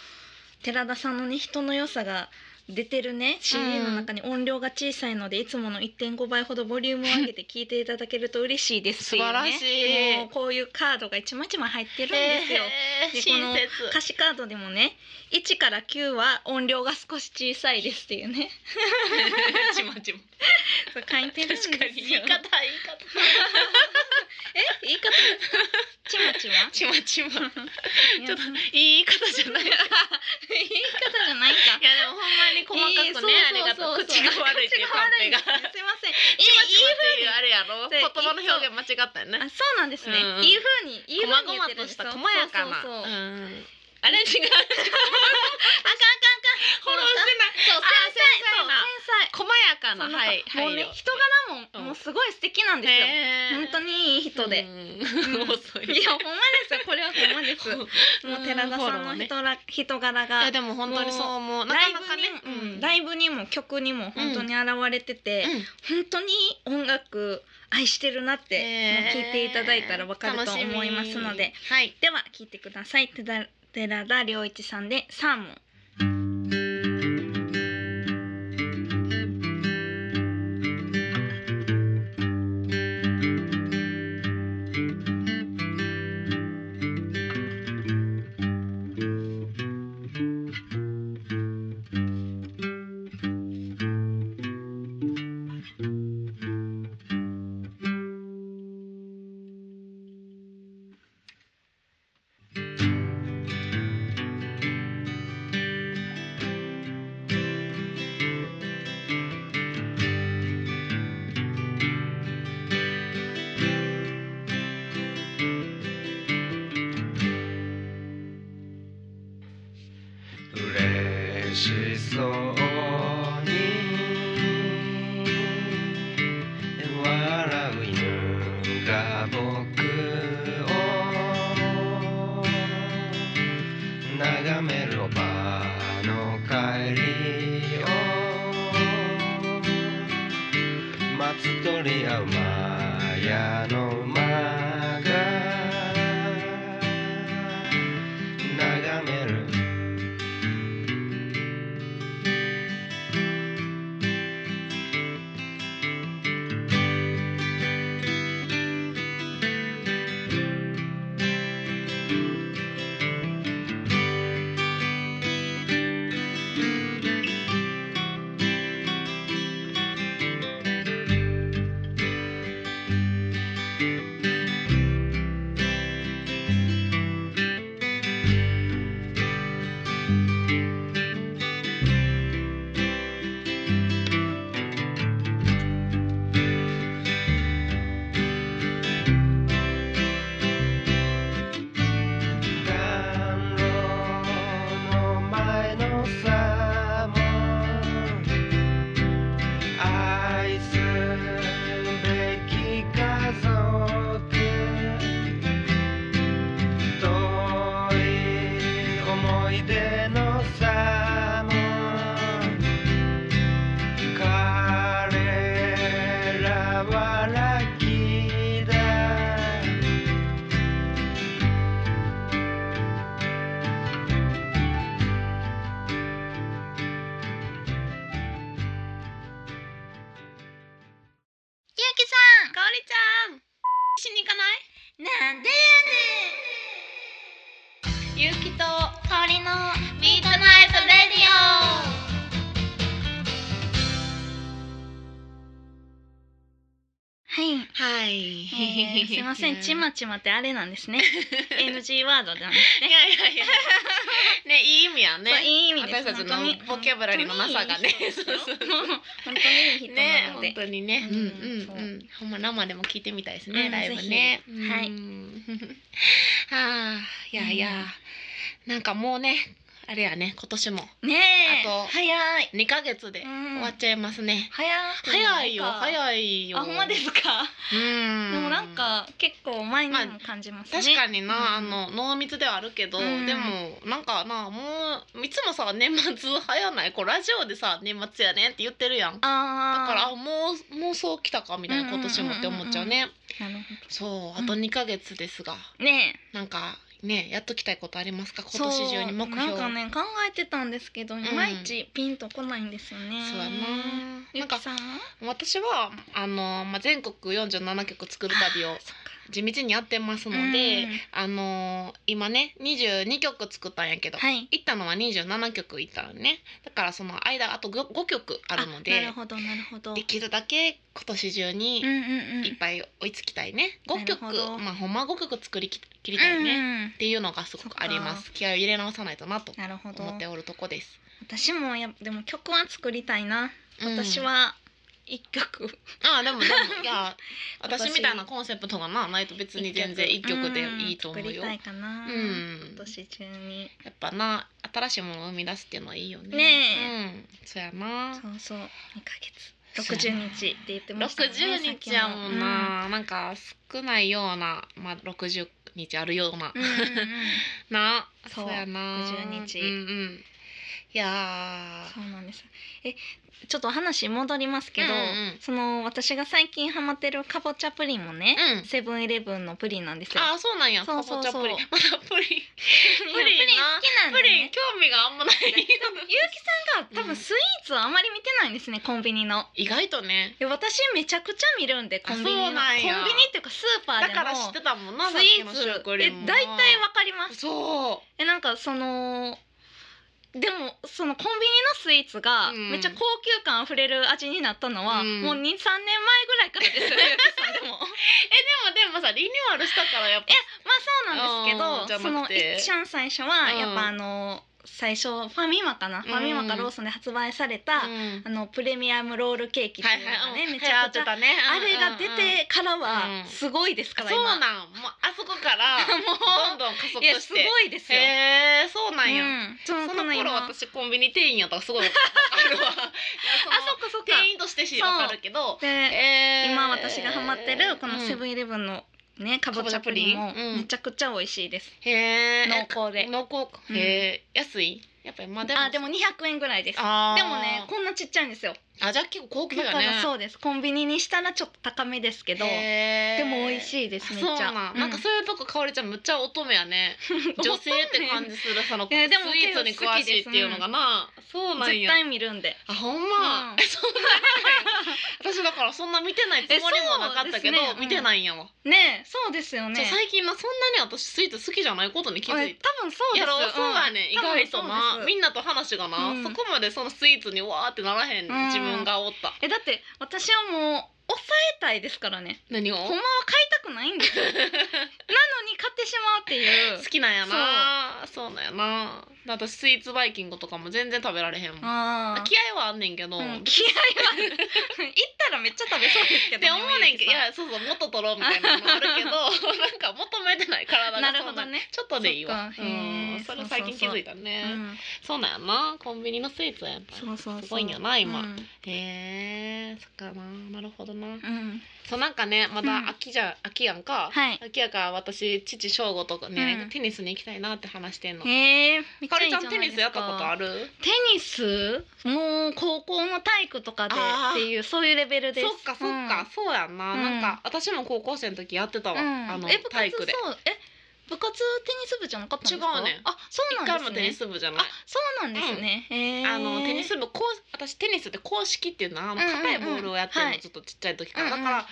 Speaker 1: 寺田さんのね人の良さが出てるね CD の中に音量が小さいので、いつもの1.5倍ほどボリュームを上げて聞いていただけると嬉しいですってう、
Speaker 2: 素
Speaker 1: ね、
Speaker 2: 晴らしい
Speaker 1: もうこういうカードが一枚一枚入ってるんですよ。でこの
Speaker 2: 親切
Speaker 1: 歌詞カードでもね1から9は音量が少し小さいですっていうね
Speaker 2: ちまちま
Speaker 1: そう書いてるんですよ
Speaker 2: 確かに言い方言い方
Speaker 1: え言い方ちまちま
Speaker 2: ちまちま ちょっ
Speaker 1: いや
Speaker 2: といい言い方じゃないいやで
Speaker 1: 言い方じゃないか
Speaker 2: もほんまに細かくね、
Speaker 1: いい
Speaker 2: ありがとう
Speaker 1: そうそうそう
Speaker 2: 口が悪いっていうカン ペが
Speaker 1: 口が悪いですねすいません
Speaker 2: ちまちまっ
Speaker 1: いいいい
Speaker 2: ていうあれやろ
Speaker 1: で
Speaker 2: 言葉の表現間違ったよ
Speaker 1: あ
Speaker 2: ね
Speaker 1: そうなんですね、
Speaker 2: うん
Speaker 1: いい風にいい
Speaker 2: こ
Speaker 1: 風
Speaker 2: ま
Speaker 1: に
Speaker 2: ご
Speaker 1: 言
Speaker 2: まと
Speaker 1: ってるんで
Speaker 2: し
Speaker 1: すよ
Speaker 2: た細やかな
Speaker 1: そうそうそう、あかんあかんあかん
Speaker 2: うんあれ違うフォローしてない
Speaker 1: そう繊
Speaker 2: あ
Speaker 1: 細
Speaker 2: 繊細な
Speaker 1: そ
Speaker 2: 細やか
Speaker 1: う
Speaker 2: な
Speaker 1: 繊細そう
Speaker 2: は
Speaker 1: なん
Speaker 2: い
Speaker 1: かもうね人柄も、
Speaker 2: うん
Speaker 1: もうすごい素敵なんですよ、本当
Speaker 2: に
Speaker 1: にいい人で、うん
Speaker 2: 遅
Speaker 1: い
Speaker 2: い
Speaker 1: やほんまですよこれはほんまです もう寺
Speaker 2: うん
Speaker 1: 田さんの
Speaker 2: フォローね
Speaker 1: 人ら、人柄
Speaker 2: い
Speaker 1: が
Speaker 2: やでも本当にそう思うな
Speaker 1: ライ
Speaker 2: か
Speaker 1: ブ
Speaker 2: なかね
Speaker 1: に、うん
Speaker 2: イ
Speaker 1: ライブにも曲にも本当に現れてて、本当に音楽愛してるなって、もう聞いていただいたらわかると思いますので
Speaker 2: はい
Speaker 1: では聞いてくださいてだ寺田良一さんでサーモン
Speaker 3: 嬉しそうに笑う犬が僕を眺めるおばあの帰りを松鳥や馬やの馬が眺める暖炉の前のサーモン愛すべき家族遠い思い出のサーモン彼らはラッキーだ
Speaker 1: ゆうきさん
Speaker 2: かおりちゃんしに行かない
Speaker 1: なんで
Speaker 2: ゆうきと
Speaker 1: やねん香りの
Speaker 2: ミートナイトレディ
Speaker 1: はい
Speaker 2: オはい、
Speaker 1: えーすいません、ちまちまってあれなんで すね。NG ワードなんで
Speaker 2: いやいや いやねいい意味やね
Speaker 1: そういい意味です。
Speaker 2: 私たちの
Speaker 1: 本当に
Speaker 2: ボキャブラリーのなさがね
Speaker 1: 本当にいい人ですよ
Speaker 2: そうそう
Speaker 1: もう本当にいい人
Speaker 2: ね
Speaker 1: なので。
Speaker 2: 本当にね
Speaker 1: う
Speaker 2: うんん
Speaker 1: そう
Speaker 2: うんうんほんま生でも聞いてみたいです
Speaker 1: う
Speaker 2: ね
Speaker 1: ん
Speaker 2: ライブね
Speaker 1: ぜひはい
Speaker 2: うん はあいやいやなんかもうねあれやね今年も
Speaker 1: ねえ、
Speaker 2: あと
Speaker 1: 早い。
Speaker 2: 二ヶ月で
Speaker 1: うん
Speaker 2: 終わっちゃいますね
Speaker 1: 早くないか
Speaker 2: 早いよ早いよ
Speaker 1: あ、ほんまですか。
Speaker 2: うん
Speaker 1: でもなんか結構前にも感じますね。
Speaker 2: 確かにな、
Speaker 1: うん
Speaker 2: あの濃密ではあるけど、
Speaker 1: うん
Speaker 2: でもなんかなもういつもさ年末早ないこうラジオでさ年末やねんって言ってるやんだか
Speaker 1: ああ。
Speaker 2: らあもうもうそう来たかみたいな
Speaker 1: うんうんうん
Speaker 2: 今年もって思っちゃうね、
Speaker 1: なるほ
Speaker 2: そうあと
Speaker 1: うん
Speaker 2: 2ヶ月ですが
Speaker 1: ど。ね
Speaker 2: なんかねやっときたいことありますか今年中に目標
Speaker 1: そうなんかね考えてたんですけどいまいちピンとこないんですよね、
Speaker 2: そうやな
Speaker 1: ゆ
Speaker 2: なんか
Speaker 1: きさんは
Speaker 2: 私はあの、まあ、全国47曲作る旅を
Speaker 1: あそっか
Speaker 2: 地道にやってますので、あの今ね22曲作ったんやけど、
Speaker 1: はい
Speaker 2: 行ったのは27曲行ったのねだからその間あと 5, 曲あるの
Speaker 1: な
Speaker 2: で
Speaker 1: るほどなるほど
Speaker 2: できるだけ今年中に
Speaker 1: うんうんうん
Speaker 2: いっぱい追いつきたいね、五5曲
Speaker 1: なるほど
Speaker 2: まあほんま5曲作りき切りたいね、
Speaker 1: う
Speaker 2: っ
Speaker 1: んうん
Speaker 2: ていうのがすごくありま
Speaker 1: そ
Speaker 2: す気合を入れ直さないとなと
Speaker 1: なるほど
Speaker 2: 思っておるとこです、
Speaker 1: 私もやでも曲は作りたいな、
Speaker 2: うん
Speaker 1: 私は一曲
Speaker 2: ああでもでもい や
Speaker 1: 私
Speaker 2: 私みたいなコンセプトがなないと別に全然1曲でいいと思
Speaker 1: ん
Speaker 2: う
Speaker 1: 作り
Speaker 2: よ
Speaker 1: たいかな、
Speaker 2: うん
Speaker 1: 今年中に
Speaker 2: やっぱな新しいものを生み出すっていうのはいいよね
Speaker 1: ね
Speaker 2: うんそうやな
Speaker 1: そうそう二ヶ月六十日って言ってましたね
Speaker 2: 60日やもん、な、なんか少ないようなまあ60日あるような、
Speaker 1: さっきもうん、うんうんうん
Speaker 2: な
Speaker 1: そ
Speaker 2: そううやな
Speaker 1: 60日
Speaker 2: うんうんいや
Speaker 1: そうなんですえちょっと話戻りますけど、
Speaker 2: うんうん
Speaker 1: その私が最近ハマってるかぼちゃプリンもね、
Speaker 2: ーうん
Speaker 1: セブンイレブンのプリンなんですよ
Speaker 2: あーそうなんや
Speaker 1: そうそうそう
Speaker 2: かぼちゃプリンま だプリン
Speaker 1: プリン好
Speaker 2: プリンな
Speaker 1: きなん
Speaker 2: プ
Speaker 1: で、
Speaker 2: リン
Speaker 1: ね、
Speaker 2: 興味があんまない
Speaker 1: ゆうきさんが多分スイーツをあまり見てないんですねコンビニの。
Speaker 2: 意外とね
Speaker 1: で私めちゃくちゃ見るんでコンビニの
Speaker 2: あそう
Speaker 1: コン
Speaker 2: なんや
Speaker 1: ビニっていうかスーパーで
Speaker 2: だ
Speaker 1: も
Speaker 2: から知ってたもんな
Speaker 1: スイーツ
Speaker 2: さっきの食
Speaker 1: え
Speaker 2: リンも
Speaker 1: 大体わかります
Speaker 2: そ
Speaker 1: えなんかそのでもそのコンビニのスイーツが
Speaker 2: うん
Speaker 1: めっちゃ高級感あふれる味になったのは、
Speaker 2: うん
Speaker 1: もう23年前ぐらいからですよゆうきさんで もまあ
Speaker 2: うえでもでもさリニューアルしたからやっぱ
Speaker 1: そうなんですけどそ
Speaker 2: うんじゃな
Speaker 1: の
Speaker 2: くて
Speaker 1: いっちゃん最初は
Speaker 2: うん
Speaker 1: やっぱあの最初ファミマかな、ファミマかローソンで発売された、
Speaker 2: うん
Speaker 1: あのプレミアムロールケーキっていうのがね、めちゃくちゃ
Speaker 2: ゃ、ね、
Speaker 1: あれが出てからは
Speaker 2: うん
Speaker 1: すごいです
Speaker 2: うん
Speaker 1: か
Speaker 2: うん
Speaker 1: ら、
Speaker 2: そう
Speaker 1: 今
Speaker 2: なんもうあそこから
Speaker 1: もう
Speaker 2: どんどん加速
Speaker 1: いや
Speaker 2: し
Speaker 1: す
Speaker 2: て
Speaker 1: ごいですよ。
Speaker 2: へえそうなんや、
Speaker 1: うん、そ
Speaker 2: その
Speaker 1: 今
Speaker 2: 頃
Speaker 1: あ
Speaker 2: 私コンビニ店員やったからすごい分かるわ いやその
Speaker 1: そっかそっか。
Speaker 2: 店員としてし分かるけど
Speaker 1: で、
Speaker 2: えー
Speaker 1: 今私がハマってるこのセブ
Speaker 2: ン、
Speaker 1: ンイレブンのねかぼちゃプリン
Speaker 2: かぼちゃ
Speaker 1: も
Speaker 2: プリンうん
Speaker 1: めちゃくちゃ美味しいです。
Speaker 2: うんへー
Speaker 1: 濃厚で
Speaker 2: 濃厚か
Speaker 1: うん
Speaker 2: へー安いやっぱりまあでも
Speaker 1: あでも200円ぐらいです。
Speaker 2: あー
Speaker 1: でもねこんなちっちゃいんですよ。
Speaker 2: あじゃあ結構高級
Speaker 1: だ
Speaker 2: やね
Speaker 1: からそうです。コンビニにしたらちょっと高めですけど、で
Speaker 2: で
Speaker 1: も美味
Speaker 2: い
Speaker 1: しいですめっち
Speaker 2: そう
Speaker 1: ゃ。
Speaker 2: なん、なんか
Speaker 1: う
Speaker 2: そういうとこかおりちゃんむっちゃ乙女や ね女性って感じするそのスイ
Speaker 1: えでも
Speaker 2: ーツに詳しいっていうのがなそうなん
Speaker 1: 絶
Speaker 2: や
Speaker 1: 対見るんで。
Speaker 2: あほんま、
Speaker 1: うん
Speaker 2: そうなんや私だからそんな見てないつもりもなかったけど、
Speaker 1: えそうですねうん
Speaker 2: 見てないんやわ、
Speaker 1: ねえそうですよね。
Speaker 2: じゃあ最近なそんなに私スイーツ好きじゃないことに気づいた
Speaker 1: あ多分そうです
Speaker 2: やろそうやね、意
Speaker 1: 多分
Speaker 2: 外と
Speaker 1: そう
Speaker 2: な
Speaker 1: です
Speaker 2: みんなと話がな、
Speaker 1: うん
Speaker 2: そこまでそのスイーツにわーってならへん、
Speaker 1: うん
Speaker 2: 自分がおった
Speaker 1: えだって私はもう抑えたいですからね
Speaker 2: 何を
Speaker 1: ほんまは買いたくないんです よなのに買ってしまうっていう
Speaker 2: 好きなんやなそうなんやなだって私スイーツバイキングとかも全然食べられへんもん
Speaker 1: あー
Speaker 2: 気合はあんねんけど、
Speaker 1: うん
Speaker 2: っ
Speaker 1: 気合は行ったらめっちゃ食べそうですけど
Speaker 2: て思うねんけどい
Speaker 1: や
Speaker 2: やそうそうもっと取ろうみたいなのもある けどなんか求めてない体が
Speaker 1: なるほ
Speaker 2: そう
Speaker 1: どね
Speaker 2: なんちょっとでいいわ
Speaker 1: そっかへー
Speaker 2: うん、それ最近気づいたねそうなんやなコンビニのスイーツはやっぱり
Speaker 1: そうそうそう
Speaker 2: すごいんやな今、
Speaker 1: うん、
Speaker 2: へえそっかななるほどな、
Speaker 1: うん
Speaker 2: そうなんかねま
Speaker 1: うん
Speaker 2: だ秋じゃ、秋やんか、
Speaker 1: はい
Speaker 2: 秋やから私父翔吾とかね、
Speaker 1: うん
Speaker 2: テニスに行きたいなって話してんの
Speaker 1: へえめ
Speaker 2: かおりちゃんテニスやったことあ
Speaker 1: る
Speaker 2: る
Speaker 1: テニスもう高校の体育とかで
Speaker 2: あー
Speaker 1: っていうそういうレベルです
Speaker 2: そっかそっか、そうやんな、
Speaker 1: うん
Speaker 2: なんか私も高校生の時やってたわ、
Speaker 1: うん
Speaker 2: あの
Speaker 1: え部活
Speaker 2: 体育で
Speaker 1: そうえ部活テニス部じゃなかったんですか
Speaker 2: 違うねん
Speaker 1: あそう
Speaker 2: 一
Speaker 1: なん
Speaker 2: 回
Speaker 1: ですね
Speaker 2: もテニス部じゃない
Speaker 1: あそうなんですね、へー
Speaker 2: あのテニス部こう私テニスって公式っていうのはあの
Speaker 1: うんうんうん
Speaker 2: 硬いボールをやってるの、
Speaker 1: はい
Speaker 2: ずっとちっちゃい時から、
Speaker 1: うんうん
Speaker 2: だから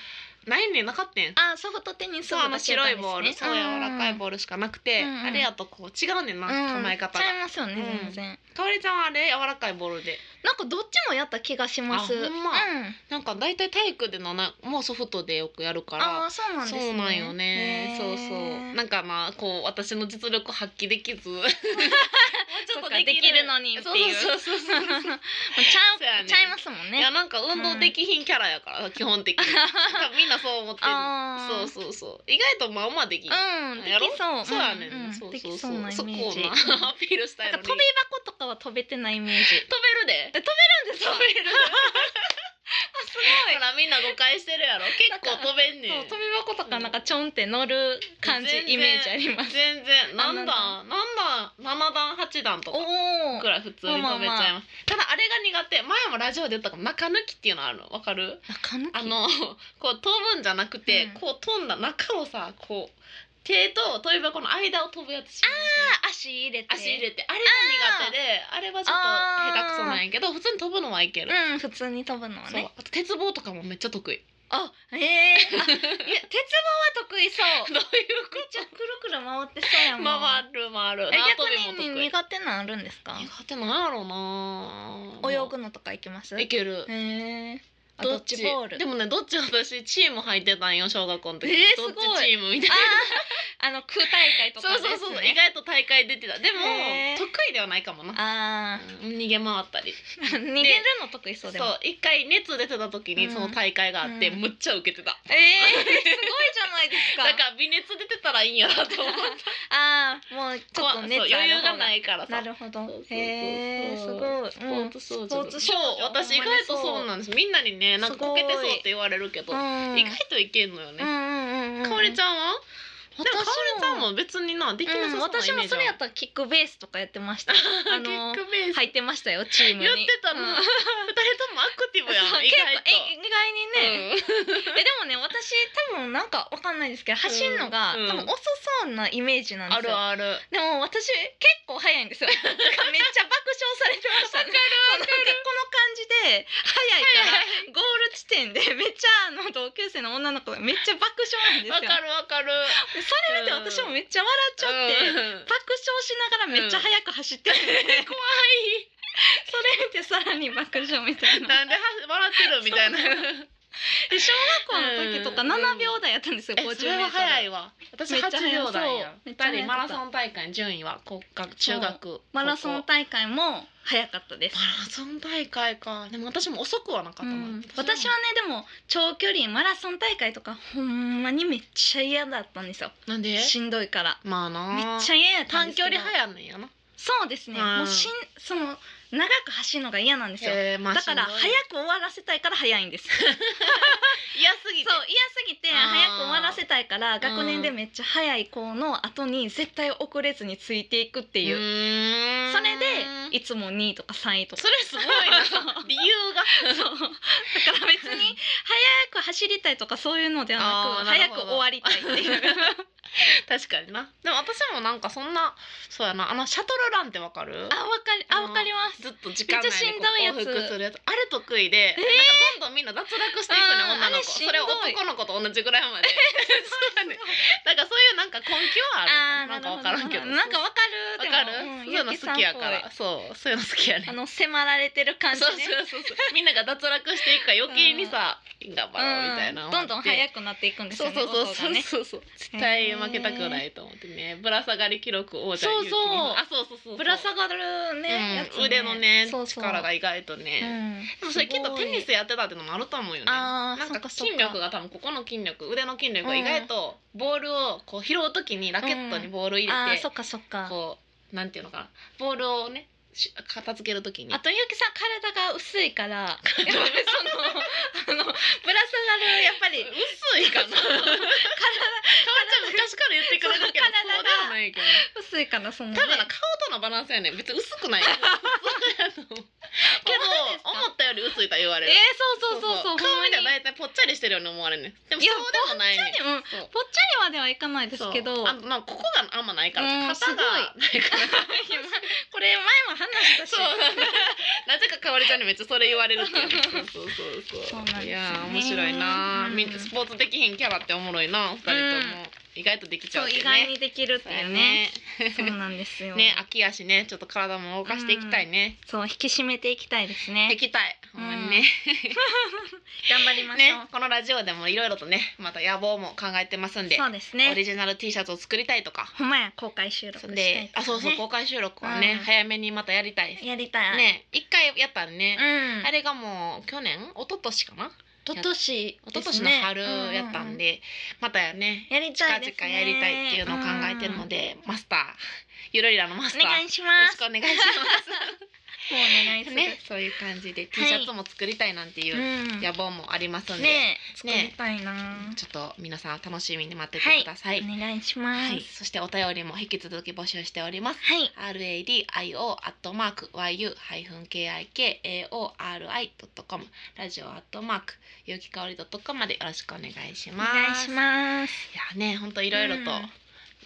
Speaker 2: ないねんなかったん
Speaker 1: あソフトテニス
Speaker 2: そうあの
Speaker 1: 部だけやっ
Speaker 2: 白
Speaker 1: た
Speaker 2: い
Speaker 1: んですね
Speaker 2: ボールそう柔らかいボールしかなくて、
Speaker 1: うんうん
Speaker 2: あれやとこう違うねんな、
Speaker 1: うん
Speaker 2: 構え方が
Speaker 1: ちゃいますよね
Speaker 2: うん
Speaker 1: 全然、
Speaker 2: かおりちゃんはあれ柔らかいボールで
Speaker 1: なんかどっちもやった気がします
Speaker 2: あほんま
Speaker 1: うん、
Speaker 2: なんか大体体育でのなもうソフトでよくやるから
Speaker 1: あーそうなんですね
Speaker 2: そうなんよね。
Speaker 1: へ
Speaker 2: そ
Speaker 1: ー
Speaker 2: うそう。なんかまあこう私の実力発揮できず、もうち
Speaker 1: そっかできるのにっていう
Speaker 2: そうそうそうそうそう
Speaker 1: まあちゃう
Speaker 2: そうやね
Speaker 1: ちゃいますもん
Speaker 2: いや
Speaker 1: ね
Speaker 2: なんか運動できひんキャラやから、基本的に。多分みんなそう思ってる。
Speaker 1: あー
Speaker 2: そうそうそう。意外とまあまあできん。
Speaker 1: うんで
Speaker 2: やろ
Speaker 1: きそう
Speaker 2: そうやね
Speaker 1: ん
Speaker 2: ん。
Speaker 1: ん
Speaker 2: そう
Speaker 1: で
Speaker 2: そ
Speaker 1: き
Speaker 2: う
Speaker 1: そ
Speaker 2: そうう。
Speaker 1: なイ
Speaker 2: そこ
Speaker 1: メ
Speaker 2: を
Speaker 1: ージ
Speaker 2: な アピールした
Speaker 1: ないん
Speaker 2: の
Speaker 1: か
Speaker 2: に。
Speaker 1: 飛び箱とかは飛べてないイメージ
Speaker 2: 飛べるで。
Speaker 1: え飛べるんで す
Speaker 2: 飛
Speaker 1: か
Speaker 2: べ る。あすごい。ほらみんな誤解してるやろ。結構飛べん
Speaker 1: そ
Speaker 2: ね
Speaker 1: うん飛。び箱とかなんかちょんって乗る感じ
Speaker 2: 全然
Speaker 1: イメージあります
Speaker 2: 全然何
Speaker 1: あ
Speaker 2: 段何段七段八段とか。
Speaker 1: おお
Speaker 2: くらい普通に食べちゃいます、
Speaker 1: まあま
Speaker 2: ただあれが苦手前もラジオで言ったかも中抜きっていうのあるのわかる
Speaker 1: 中抜き
Speaker 2: あのこう飛ぶんじゃなくて、
Speaker 1: うん
Speaker 2: こう飛んだ中をさこう手と跳び箱の間を飛ぶやつし
Speaker 1: 足入れて
Speaker 2: 足入れてあれが苦手であれはちょっ
Speaker 1: あー
Speaker 2: と下手くそなんやけど普通に飛ぶのはいける、
Speaker 1: うん普通に飛ぶのは
Speaker 2: そう
Speaker 1: ね
Speaker 2: あと鉄棒とかもめっちゃ得意
Speaker 1: あえー、あいや鉄棒は得意そ う
Speaker 2: どういう
Speaker 1: めっちゃくるくる回ってそうやもん
Speaker 2: 回る回る
Speaker 1: え
Speaker 2: 縄跳びも
Speaker 1: 逆
Speaker 2: 得
Speaker 1: に
Speaker 2: 意
Speaker 1: 苦手なんあるんですか
Speaker 2: 苦手なんやろうな
Speaker 1: 泳ぐのとか行きます
Speaker 2: いける
Speaker 1: へえあドッジボール
Speaker 2: でもねどっち私チーム入ってたんよ小学校の時、
Speaker 1: えーすごい
Speaker 2: どっちチームみたいな
Speaker 1: あー あの空大会とか
Speaker 2: そう
Speaker 1: です、ね、
Speaker 2: そうそう、意外と大会出てたでも
Speaker 1: へー
Speaker 2: 得意ではないかもな
Speaker 1: あ
Speaker 2: うん逃げ回ったり
Speaker 1: ー 逃げるの得意そ
Speaker 2: そう
Speaker 1: うでも
Speaker 2: 一回熱出てた時に
Speaker 1: うん
Speaker 2: その大会があって、
Speaker 1: うん
Speaker 2: むっちゃ受けてた
Speaker 1: えー、すごいじゃないですか
Speaker 2: だから微熱出てたらいいんやなと思って
Speaker 1: ああもうちょっと熱
Speaker 2: そう余裕がないいからさ
Speaker 1: なるほど
Speaker 2: そうそうそうそう
Speaker 1: へえすごい
Speaker 2: スポーツ少女、
Speaker 1: うんスポーツ少
Speaker 2: そ
Speaker 1: 女
Speaker 2: う私意外とそうなんですみんなにねなんかこけてそうって言われるけど、
Speaker 1: うん、
Speaker 2: 意外といけんのよ
Speaker 1: うん
Speaker 2: ね、
Speaker 1: うんうんうん
Speaker 2: かおりちゃんはでもかおりちゃんも別になできなさそう
Speaker 1: うん、
Speaker 2: な
Speaker 1: 私
Speaker 2: イメ
Speaker 1: も
Speaker 2: ージ
Speaker 1: それやったらキックベースとかやって ましたあの
Speaker 2: キックベース
Speaker 1: 入ってましたよチームに
Speaker 2: やってたの、
Speaker 1: うん
Speaker 2: 二人ともアクティブや
Speaker 1: そうん結
Speaker 2: 意
Speaker 1: 構
Speaker 2: 外
Speaker 1: え
Speaker 2: と
Speaker 1: 意外にね、えでもね私多分なんかわかんないですけど走るのが、
Speaker 2: うん
Speaker 1: 多分遅そうなイメージなん
Speaker 2: うん、あ
Speaker 1: です
Speaker 2: る
Speaker 1: よ
Speaker 2: ある
Speaker 1: でも私結構早い んですよなんかめっちゃ爆笑されてましたねそうなんかこの感じで早いからゴール地点でめっちゃあの同級生の女の子がめっちゃ爆笑なんです
Speaker 2: わか
Speaker 1: よ
Speaker 2: るわかる
Speaker 1: でそれ見て私もめっちゃ笑っちゃって、
Speaker 2: うん
Speaker 1: 爆笑しながらめっちゃ速く走ってるんで、
Speaker 2: 怖
Speaker 1: それ見てさらに爆笑みたい
Speaker 2: いな
Speaker 1: な
Speaker 2: んでは笑ってるみたいな
Speaker 1: で小学校の時とか
Speaker 2: うん
Speaker 1: 7秒台やったんですよ、
Speaker 2: え
Speaker 1: 50
Speaker 2: それは早い
Speaker 1: メートル
Speaker 2: わ私
Speaker 1: めっちゃ
Speaker 2: 8
Speaker 1: 早い
Speaker 2: 秒台や
Speaker 1: そう
Speaker 2: 二人マラソン大会順位は国家中学
Speaker 1: マラソン
Speaker 2: 高校
Speaker 1: 大会も早かったです
Speaker 2: マラソン大会かでも私も遅くはなかったな、
Speaker 1: うん私はねでも長距離マラソン大会とかほんまにめっちゃ嫌だったんですよ
Speaker 2: なんで
Speaker 1: しんどいから
Speaker 2: まあな
Speaker 1: めっちゃ嫌やったんで
Speaker 2: 短
Speaker 1: すけ
Speaker 2: 距
Speaker 1: ど
Speaker 2: 離早いんやな
Speaker 1: そうですね
Speaker 2: うん
Speaker 1: もうしんその長く走るのが嫌なんですよ
Speaker 2: えーまあ
Speaker 1: だから
Speaker 2: しんどい
Speaker 1: 早く終わらせたいから早いんですそう
Speaker 2: 嫌すぎ
Speaker 1: 嫌
Speaker 2: て
Speaker 1: すぎて
Speaker 2: あー
Speaker 1: 早く終わらせたいから
Speaker 2: ん
Speaker 1: 学年でめっちゃ早い子の後に絶対遅れずについていくっていう
Speaker 2: うーん
Speaker 1: それでいつも2位とか3位とか
Speaker 2: それすごいな 理由が
Speaker 1: そうだから別に早く走りたいとかそういうのではな
Speaker 2: あー
Speaker 1: く
Speaker 2: な
Speaker 1: 早
Speaker 2: るほ
Speaker 1: く
Speaker 2: ど
Speaker 1: 終わりたいっていう
Speaker 2: 確かになでも私もなんかそんなそうやなあのシャトルランってわかる
Speaker 1: あわかりあわかります
Speaker 2: ずっと時間内にこう
Speaker 1: めっちゃしんどいやつ
Speaker 2: 往復するやつあれ得意で、なんかどんどんみんな脱落していくね
Speaker 1: あー
Speaker 2: 女の
Speaker 1: あれ
Speaker 2: 子
Speaker 1: し
Speaker 2: そ
Speaker 1: んどい
Speaker 2: れを男の子と同じぐらいまで そうやねだからそういう なんか根拠はあ
Speaker 1: あ
Speaker 2: る
Speaker 1: ー
Speaker 2: なんか
Speaker 1: な
Speaker 2: わから
Speaker 1: る
Speaker 2: ん
Speaker 1: ほ
Speaker 2: け
Speaker 1: ど
Speaker 2: ど
Speaker 1: なんかわかる
Speaker 2: わ
Speaker 1: で
Speaker 2: か
Speaker 1: も
Speaker 2: る、
Speaker 1: ん
Speaker 2: そういうの好きやから
Speaker 1: ゆきさんっ
Speaker 2: そうそういうの好きやね
Speaker 1: ぽいあ の迫られてる感じね
Speaker 2: そうそうそうそうみんなが脱落していくから余計にさ、頑張ろうみたいなの
Speaker 1: うん
Speaker 2: もあ
Speaker 1: ど
Speaker 2: っ
Speaker 1: ん
Speaker 2: て
Speaker 1: どん速くなっていくんです
Speaker 2: そ
Speaker 1: よ
Speaker 2: う
Speaker 1: ね
Speaker 2: そうそう
Speaker 1: 音
Speaker 2: そ
Speaker 1: が
Speaker 2: う
Speaker 1: ね
Speaker 2: そうそう、絶対負けたくないと思ってねぶら下がり記録王者
Speaker 1: そうそう
Speaker 2: ゆきのあそうそうそうそう
Speaker 1: ぶら下がるね,やつね、
Speaker 2: うん、腕のね
Speaker 1: そうそう
Speaker 2: 力が意外と
Speaker 1: う
Speaker 2: ね、
Speaker 1: ん
Speaker 2: でもそれきっとテニスやってたってのもあると思うよね
Speaker 1: あー
Speaker 2: なん
Speaker 1: そっ
Speaker 2: か
Speaker 1: かそっか
Speaker 2: 筋力が多分ここの筋力腕の筋力が意外とボールをこう拾う時にラケットにボール入
Speaker 1: あ
Speaker 2: れ
Speaker 1: ー
Speaker 2: て、
Speaker 1: そっかそっか
Speaker 2: こうなんていうのかなボールをねし片付ける時に
Speaker 1: あとゆきさん体が薄いからやっぱりそのあ のぶら下がるやっぱり
Speaker 2: 薄いかなかわちゃん昔から言ってくれるけど
Speaker 1: そう
Speaker 2: そ
Speaker 1: 体が
Speaker 2: うではないけど
Speaker 1: 薄いからその、ね、
Speaker 2: 多分な顔とのバランスやねん別に薄く ないよそうやと思うけど
Speaker 1: ほんまですか
Speaker 2: 思ったより薄いとは言わ
Speaker 1: え
Speaker 2: れ
Speaker 1: ー
Speaker 2: る、
Speaker 1: そうそうそうそう
Speaker 2: 顔
Speaker 1: ほ
Speaker 2: 見
Speaker 1: んまに
Speaker 2: たら大体ぽっちゃりしてるように思われるねんでもそうでもないねん
Speaker 1: いやぽっち
Speaker 2: そう
Speaker 1: ゃりうんぽっちゃりまではいか ないですけ
Speaker 2: そう
Speaker 1: ど
Speaker 2: あのなんかここがあんまないから
Speaker 1: うん
Speaker 2: 肩がないから
Speaker 1: これ前も話したし
Speaker 2: そうなぜかかわりちゃんにめっちゃそれ言われるっていうねそうそうそう
Speaker 1: そうなんですよね
Speaker 2: いやー面白いな
Speaker 1: う
Speaker 2: ー
Speaker 1: ん
Speaker 2: みんなスポーツできへんキャラっておもろいなお二人とも、意外とできちゃ
Speaker 1: そうう
Speaker 2: ってい
Speaker 1: 意
Speaker 2: う
Speaker 1: 外
Speaker 2: ね
Speaker 1: にできるって
Speaker 2: そうや
Speaker 1: いうねそ
Speaker 2: ね
Speaker 1: うなんですよ、
Speaker 2: ね秋やしねちょっと体も動かしていきたいね、
Speaker 1: そう引き締めていきたいです
Speaker 2: 行
Speaker 1: ね
Speaker 2: きたいほんまにね、
Speaker 1: 頑張りましょう、
Speaker 2: ねこのラジオでもいろいろとねまた野望も考えてますんで、
Speaker 1: そうです
Speaker 2: オリ
Speaker 1: ね
Speaker 2: ジナル T シャツを作りたいとか、
Speaker 1: ほんまや公開収録し
Speaker 2: そ
Speaker 1: た
Speaker 2: ん
Speaker 1: いとか、ね
Speaker 2: で、あそうそう公開収録はね、
Speaker 1: うん
Speaker 2: 早めにまたやりたい
Speaker 1: やりたい、
Speaker 2: ね一回やったん
Speaker 1: う
Speaker 2: ね、
Speaker 1: ん
Speaker 2: あれがもう去年一昨年かな
Speaker 1: 一昨年
Speaker 2: 一昨年の春やったんで
Speaker 1: で
Speaker 2: またやね
Speaker 1: すね、うんうんうんや
Speaker 2: 近
Speaker 1: りたいですね
Speaker 2: 々やりたいっていうのを考えてるので、マスターゆるりらのマ
Speaker 1: う
Speaker 2: ス
Speaker 1: ん
Speaker 2: ター
Speaker 1: お願
Speaker 2: よ
Speaker 1: いし
Speaker 2: ろ
Speaker 1: ま
Speaker 2: し
Speaker 1: す
Speaker 2: くお願いします
Speaker 1: もうお 願いする、
Speaker 2: ね、そういう感じで T シャツも作りたいなんていううん野望もありますんで、
Speaker 1: ね作
Speaker 2: ね
Speaker 1: りたいな、
Speaker 2: ちょっと皆さん楽しみに待っててください。はい
Speaker 1: お願いします、
Speaker 2: そしてお便りも引き続き募集しております。
Speaker 1: はい、
Speaker 2: radio アットマーク yu ハイフン kikori ドットコムラジオアットマーク有機香りドットコムまでよろしくお願いし
Speaker 1: お
Speaker 2: ます。
Speaker 1: 願いし
Speaker 2: い
Speaker 1: ます。
Speaker 2: やね、本当いろいろと
Speaker 1: うん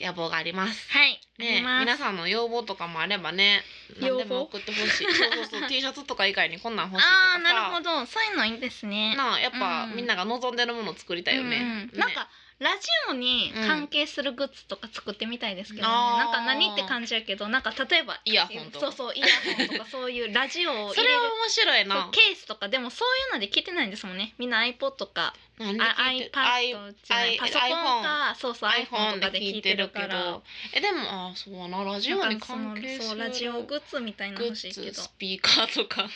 Speaker 2: 野望があります。
Speaker 1: はい、
Speaker 2: ね、
Speaker 1: ありま
Speaker 2: 皆
Speaker 1: す
Speaker 2: さんの要望とかもあればね何
Speaker 1: 要望
Speaker 2: でも送ってほしいそう そうそう T シャツとか以外にこんなん欲しいと
Speaker 1: ああ
Speaker 2: かさ
Speaker 1: なるほどそういうのいいですね
Speaker 2: なあやっぱ、
Speaker 1: うん
Speaker 2: みんなが望んでるものを作りたいよね,、
Speaker 1: うんうん
Speaker 2: ね
Speaker 1: なんかラジオに関係するグッズとか作ってみたいですけど、ね
Speaker 2: うんあー
Speaker 1: なんか何って感じやけどなんか例えば
Speaker 2: イヤホンと
Speaker 1: そう
Speaker 2: か
Speaker 1: そうイヤホンとかそういうラジオを入
Speaker 2: そ
Speaker 1: れ
Speaker 2: れ
Speaker 1: る
Speaker 2: は面白い
Speaker 1: そう
Speaker 2: な
Speaker 1: ケースとかでもそういうので聞いてないんですもんねみんな iPod とか
Speaker 2: 何で
Speaker 1: あ
Speaker 2: 聞いて
Speaker 1: iPad じゃない
Speaker 2: i-
Speaker 1: パソコン
Speaker 2: iPhone
Speaker 1: かそうそう iPhone と
Speaker 2: iPhone で
Speaker 1: かで
Speaker 2: 聞
Speaker 1: 聞
Speaker 2: い
Speaker 1: い
Speaker 2: て
Speaker 1: て
Speaker 2: る
Speaker 1: る
Speaker 2: け
Speaker 1: か
Speaker 2: ど
Speaker 1: ら
Speaker 2: えでもあそうやなラジオに関係
Speaker 1: なんかその
Speaker 2: す
Speaker 1: そう
Speaker 2: る
Speaker 1: ラジオグッズみたいなの
Speaker 2: グ
Speaker 1: 欲しい
Speaker 2: ッ
Speaker 1: け
Speaker 2: ズ
Speaker 1: ど
Speaker 2: スピーカーとか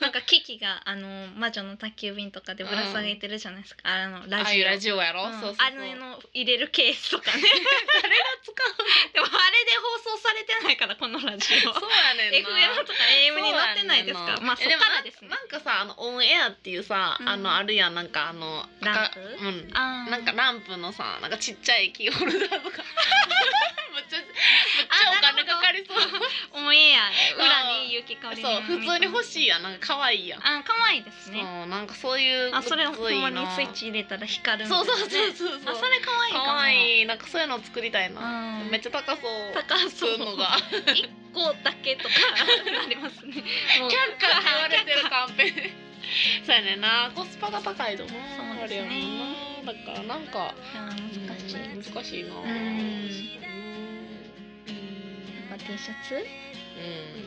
Speaker 1: なんかキキがあの魔女の宅急便とかでぶら下げてるじゃないですか、あの
Speaker 2: あ
Speaker 1: ラ
Speaker 2: あ
Speaker 1: ジ
Speaker 2: い
Speaker 1: オ
Speaker 2: うラジオやろ、
Speaker 1: うん
Speaker 2: そうそう
Speaker 1: あれの入れるケースとかね
Speaker 2: 誰が使う
Speaker 1: でもあれで放送されてないからこのラジ オ
Speaker 2: そうやねんな
Speaker 1: FM とか AM に載ってないですからまあそっ
Speaker 2: えでも
Speaker 1: からですね
Speaker 2: なんかなんかさあのオンエアっていうさ、
Speaker 1: うん
Speaker 2: あのあるやんなんかあの赤
Speaker 1: ランプ
Speaker 2: うん
Speaker 1: あー
Speaker 2: なんかランプのさなんかちっちゃいキーホルダー とかむっちゃむっちゃお金
Speaker 1: あなるほど
Speaker 2: かかりそう
Speaker 1: オンエア裏に雪かおり
Speaker 2: そう普通に欲
Speaker 1: い
Speaker 2: しいやんなんか可愛いやん、
Speaker 1: あ可愛いですね
Speaker 2: そうなんかそういう
Speaker 1: あそれ
Speaker 2: グッ
Speaker 1: ほ
Speaker 2: ズい
Speaker 1: ん
Speaker 2: いな
Speaker 1: まにスイッチ入れたら光るみた
Speaker 2: そ
Speaker 1: いうな
Speaker 2: そう
Speaker 1: ね、
Speaker 2: そうそうそう
Speaker 1: あそれ可愛いかも
Speaker 2: 可愛いなんかそういうの作りたいな、
Speaker 1: うん
Speaker 2: めっちゃ高そう
Speaker 1: 高そう
Speaker 2: 普通のが
Speaker 1: 一個だけとかなります ねもう
Speaker 2: キャッカー言われてるカンペそうやねんなコスパが高いと思う
Speaker 1: そうですね
Speaker 2: あれやもんなだからなんか
Speaker 1: あー難しい、
Speaker 2: うん難しいな
Speaker 1: うんやっぱ T シャツ
Speaker 2: う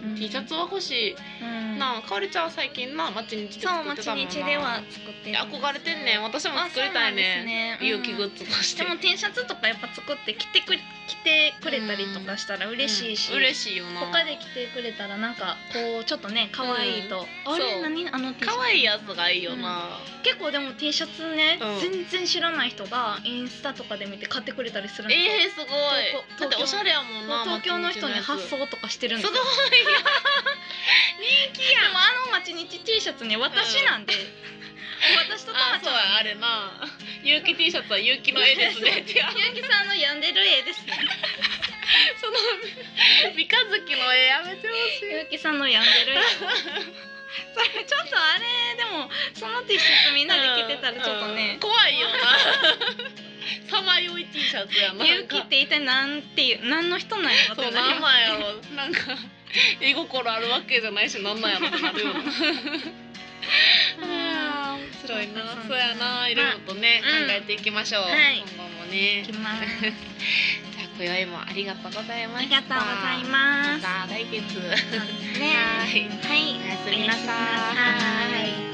Speaker 2: ん
Speaker 1: うん
Speaker 2: T シャツは欲し
Speaker 1: うん
Speaker 2: いなあかおりちゃんは最近な町日で
Speaker 1: そ
Speaker 2: 作
Speaker 1: う
Speaker 2: ってたも
Speaker 1: 町
Speaker 2: んな
Speaker 1: 日では作ってる
Speaker 2: 憧れてんねん私も作りたいね
Speaker 1: ね
Speaker 2: 勇気グッズとして
Speaker 1: でも T シャツとかやっぱ作って着てく着てくれたりとかしたら嬉しいし、
Speaker 2: うん嬉しいよな
Speaker 1: 他で着てくれたらなんかこうちょっとね可愛いと、
Speaker 2: うん
Speaker 1: あ
Speaker 2: そ
Speaker 1: れ
Speaker 2: う
Speaker 1: 何あの T シャツ
Speaker 2: 可愛いやつがいいよな、
Speaker 1: 結構でも T シャツね、
Speaker 2: うん
Speaker 1: 全然知らない人がインスタとかで見て買ってくれたりするんですよ
Speaker 2: えー、すごい
Speaker 1: 東京
Speaker 2: だっておしゃれやもんな
Speaker 1: 東京の人に
Speaker 2: 町
Speaker 1: 発
Speaker 2: 日のや
Speaker 1: 想とかしてるん
Speaker 2: つ
Speaker 1: ですす
Speaker 2: ご
Speaker 1: よ
Speaker 2: い
Speaker 1: でもあの町日 T シャツね私なんで、私とた
Speaker 2: あ
Speaker 1: まち
Speaker 2: そう
Speaker 1: ゃ
Speaker 2: やあ
Speaker 1: ん
Speaker 2: れ な有機 T シャツは有機の絵ですね っていう
Speaker 1: ゆうきさんの病んでる絵ですね
Speaker 2: その三日月の絵やめてほし
Speaker 1: ゆ
Speaker 2: いう
Speaker 1: きさんの病んでる絵それちょっとあれでもその T シャツみんなで着てたらちょっと
Speaker 2: うん
Speaker 1: ね、
Speaker 2: 怖いよな さまよい T シャツやな
Speaker 1: ゆうきっ
Speaker 2: なんか
Speaker 1: て一体なんていう何の人なんやろって
Speaker 2: そう
Speaker 1: な
Speaker 2: な
Speaker 1: り
Speaker 2: ん
Speaker 1: ます
Speaker 2: なんやろなんか絵心あるわけじゃないしなんなんやろってなる よなあー面白いなそうやないろいろとね、
Speaker 1: うん
Speaker 2: 考えていきましょう、
Speaker 1: はい
Speaker 2: 今後もね
Speaker 1: いき
Speaker 2: じゃ
Speaker 1: ます
Speaker 2: あ今宵もありがとうございま
Speaker 1: あ
Speaker 2: し
Speaker 1: り
Speaker 2: た
Speaker 1: がとうございます
Speaker 2: また来月
Speaker 1: そうですね
Speaker 2: はい
Speaker 1: はい
Speaker 2: おやすみなさ
Speaker 1: おやすみなさ
Speaker 2: ーい
Speaker 1: い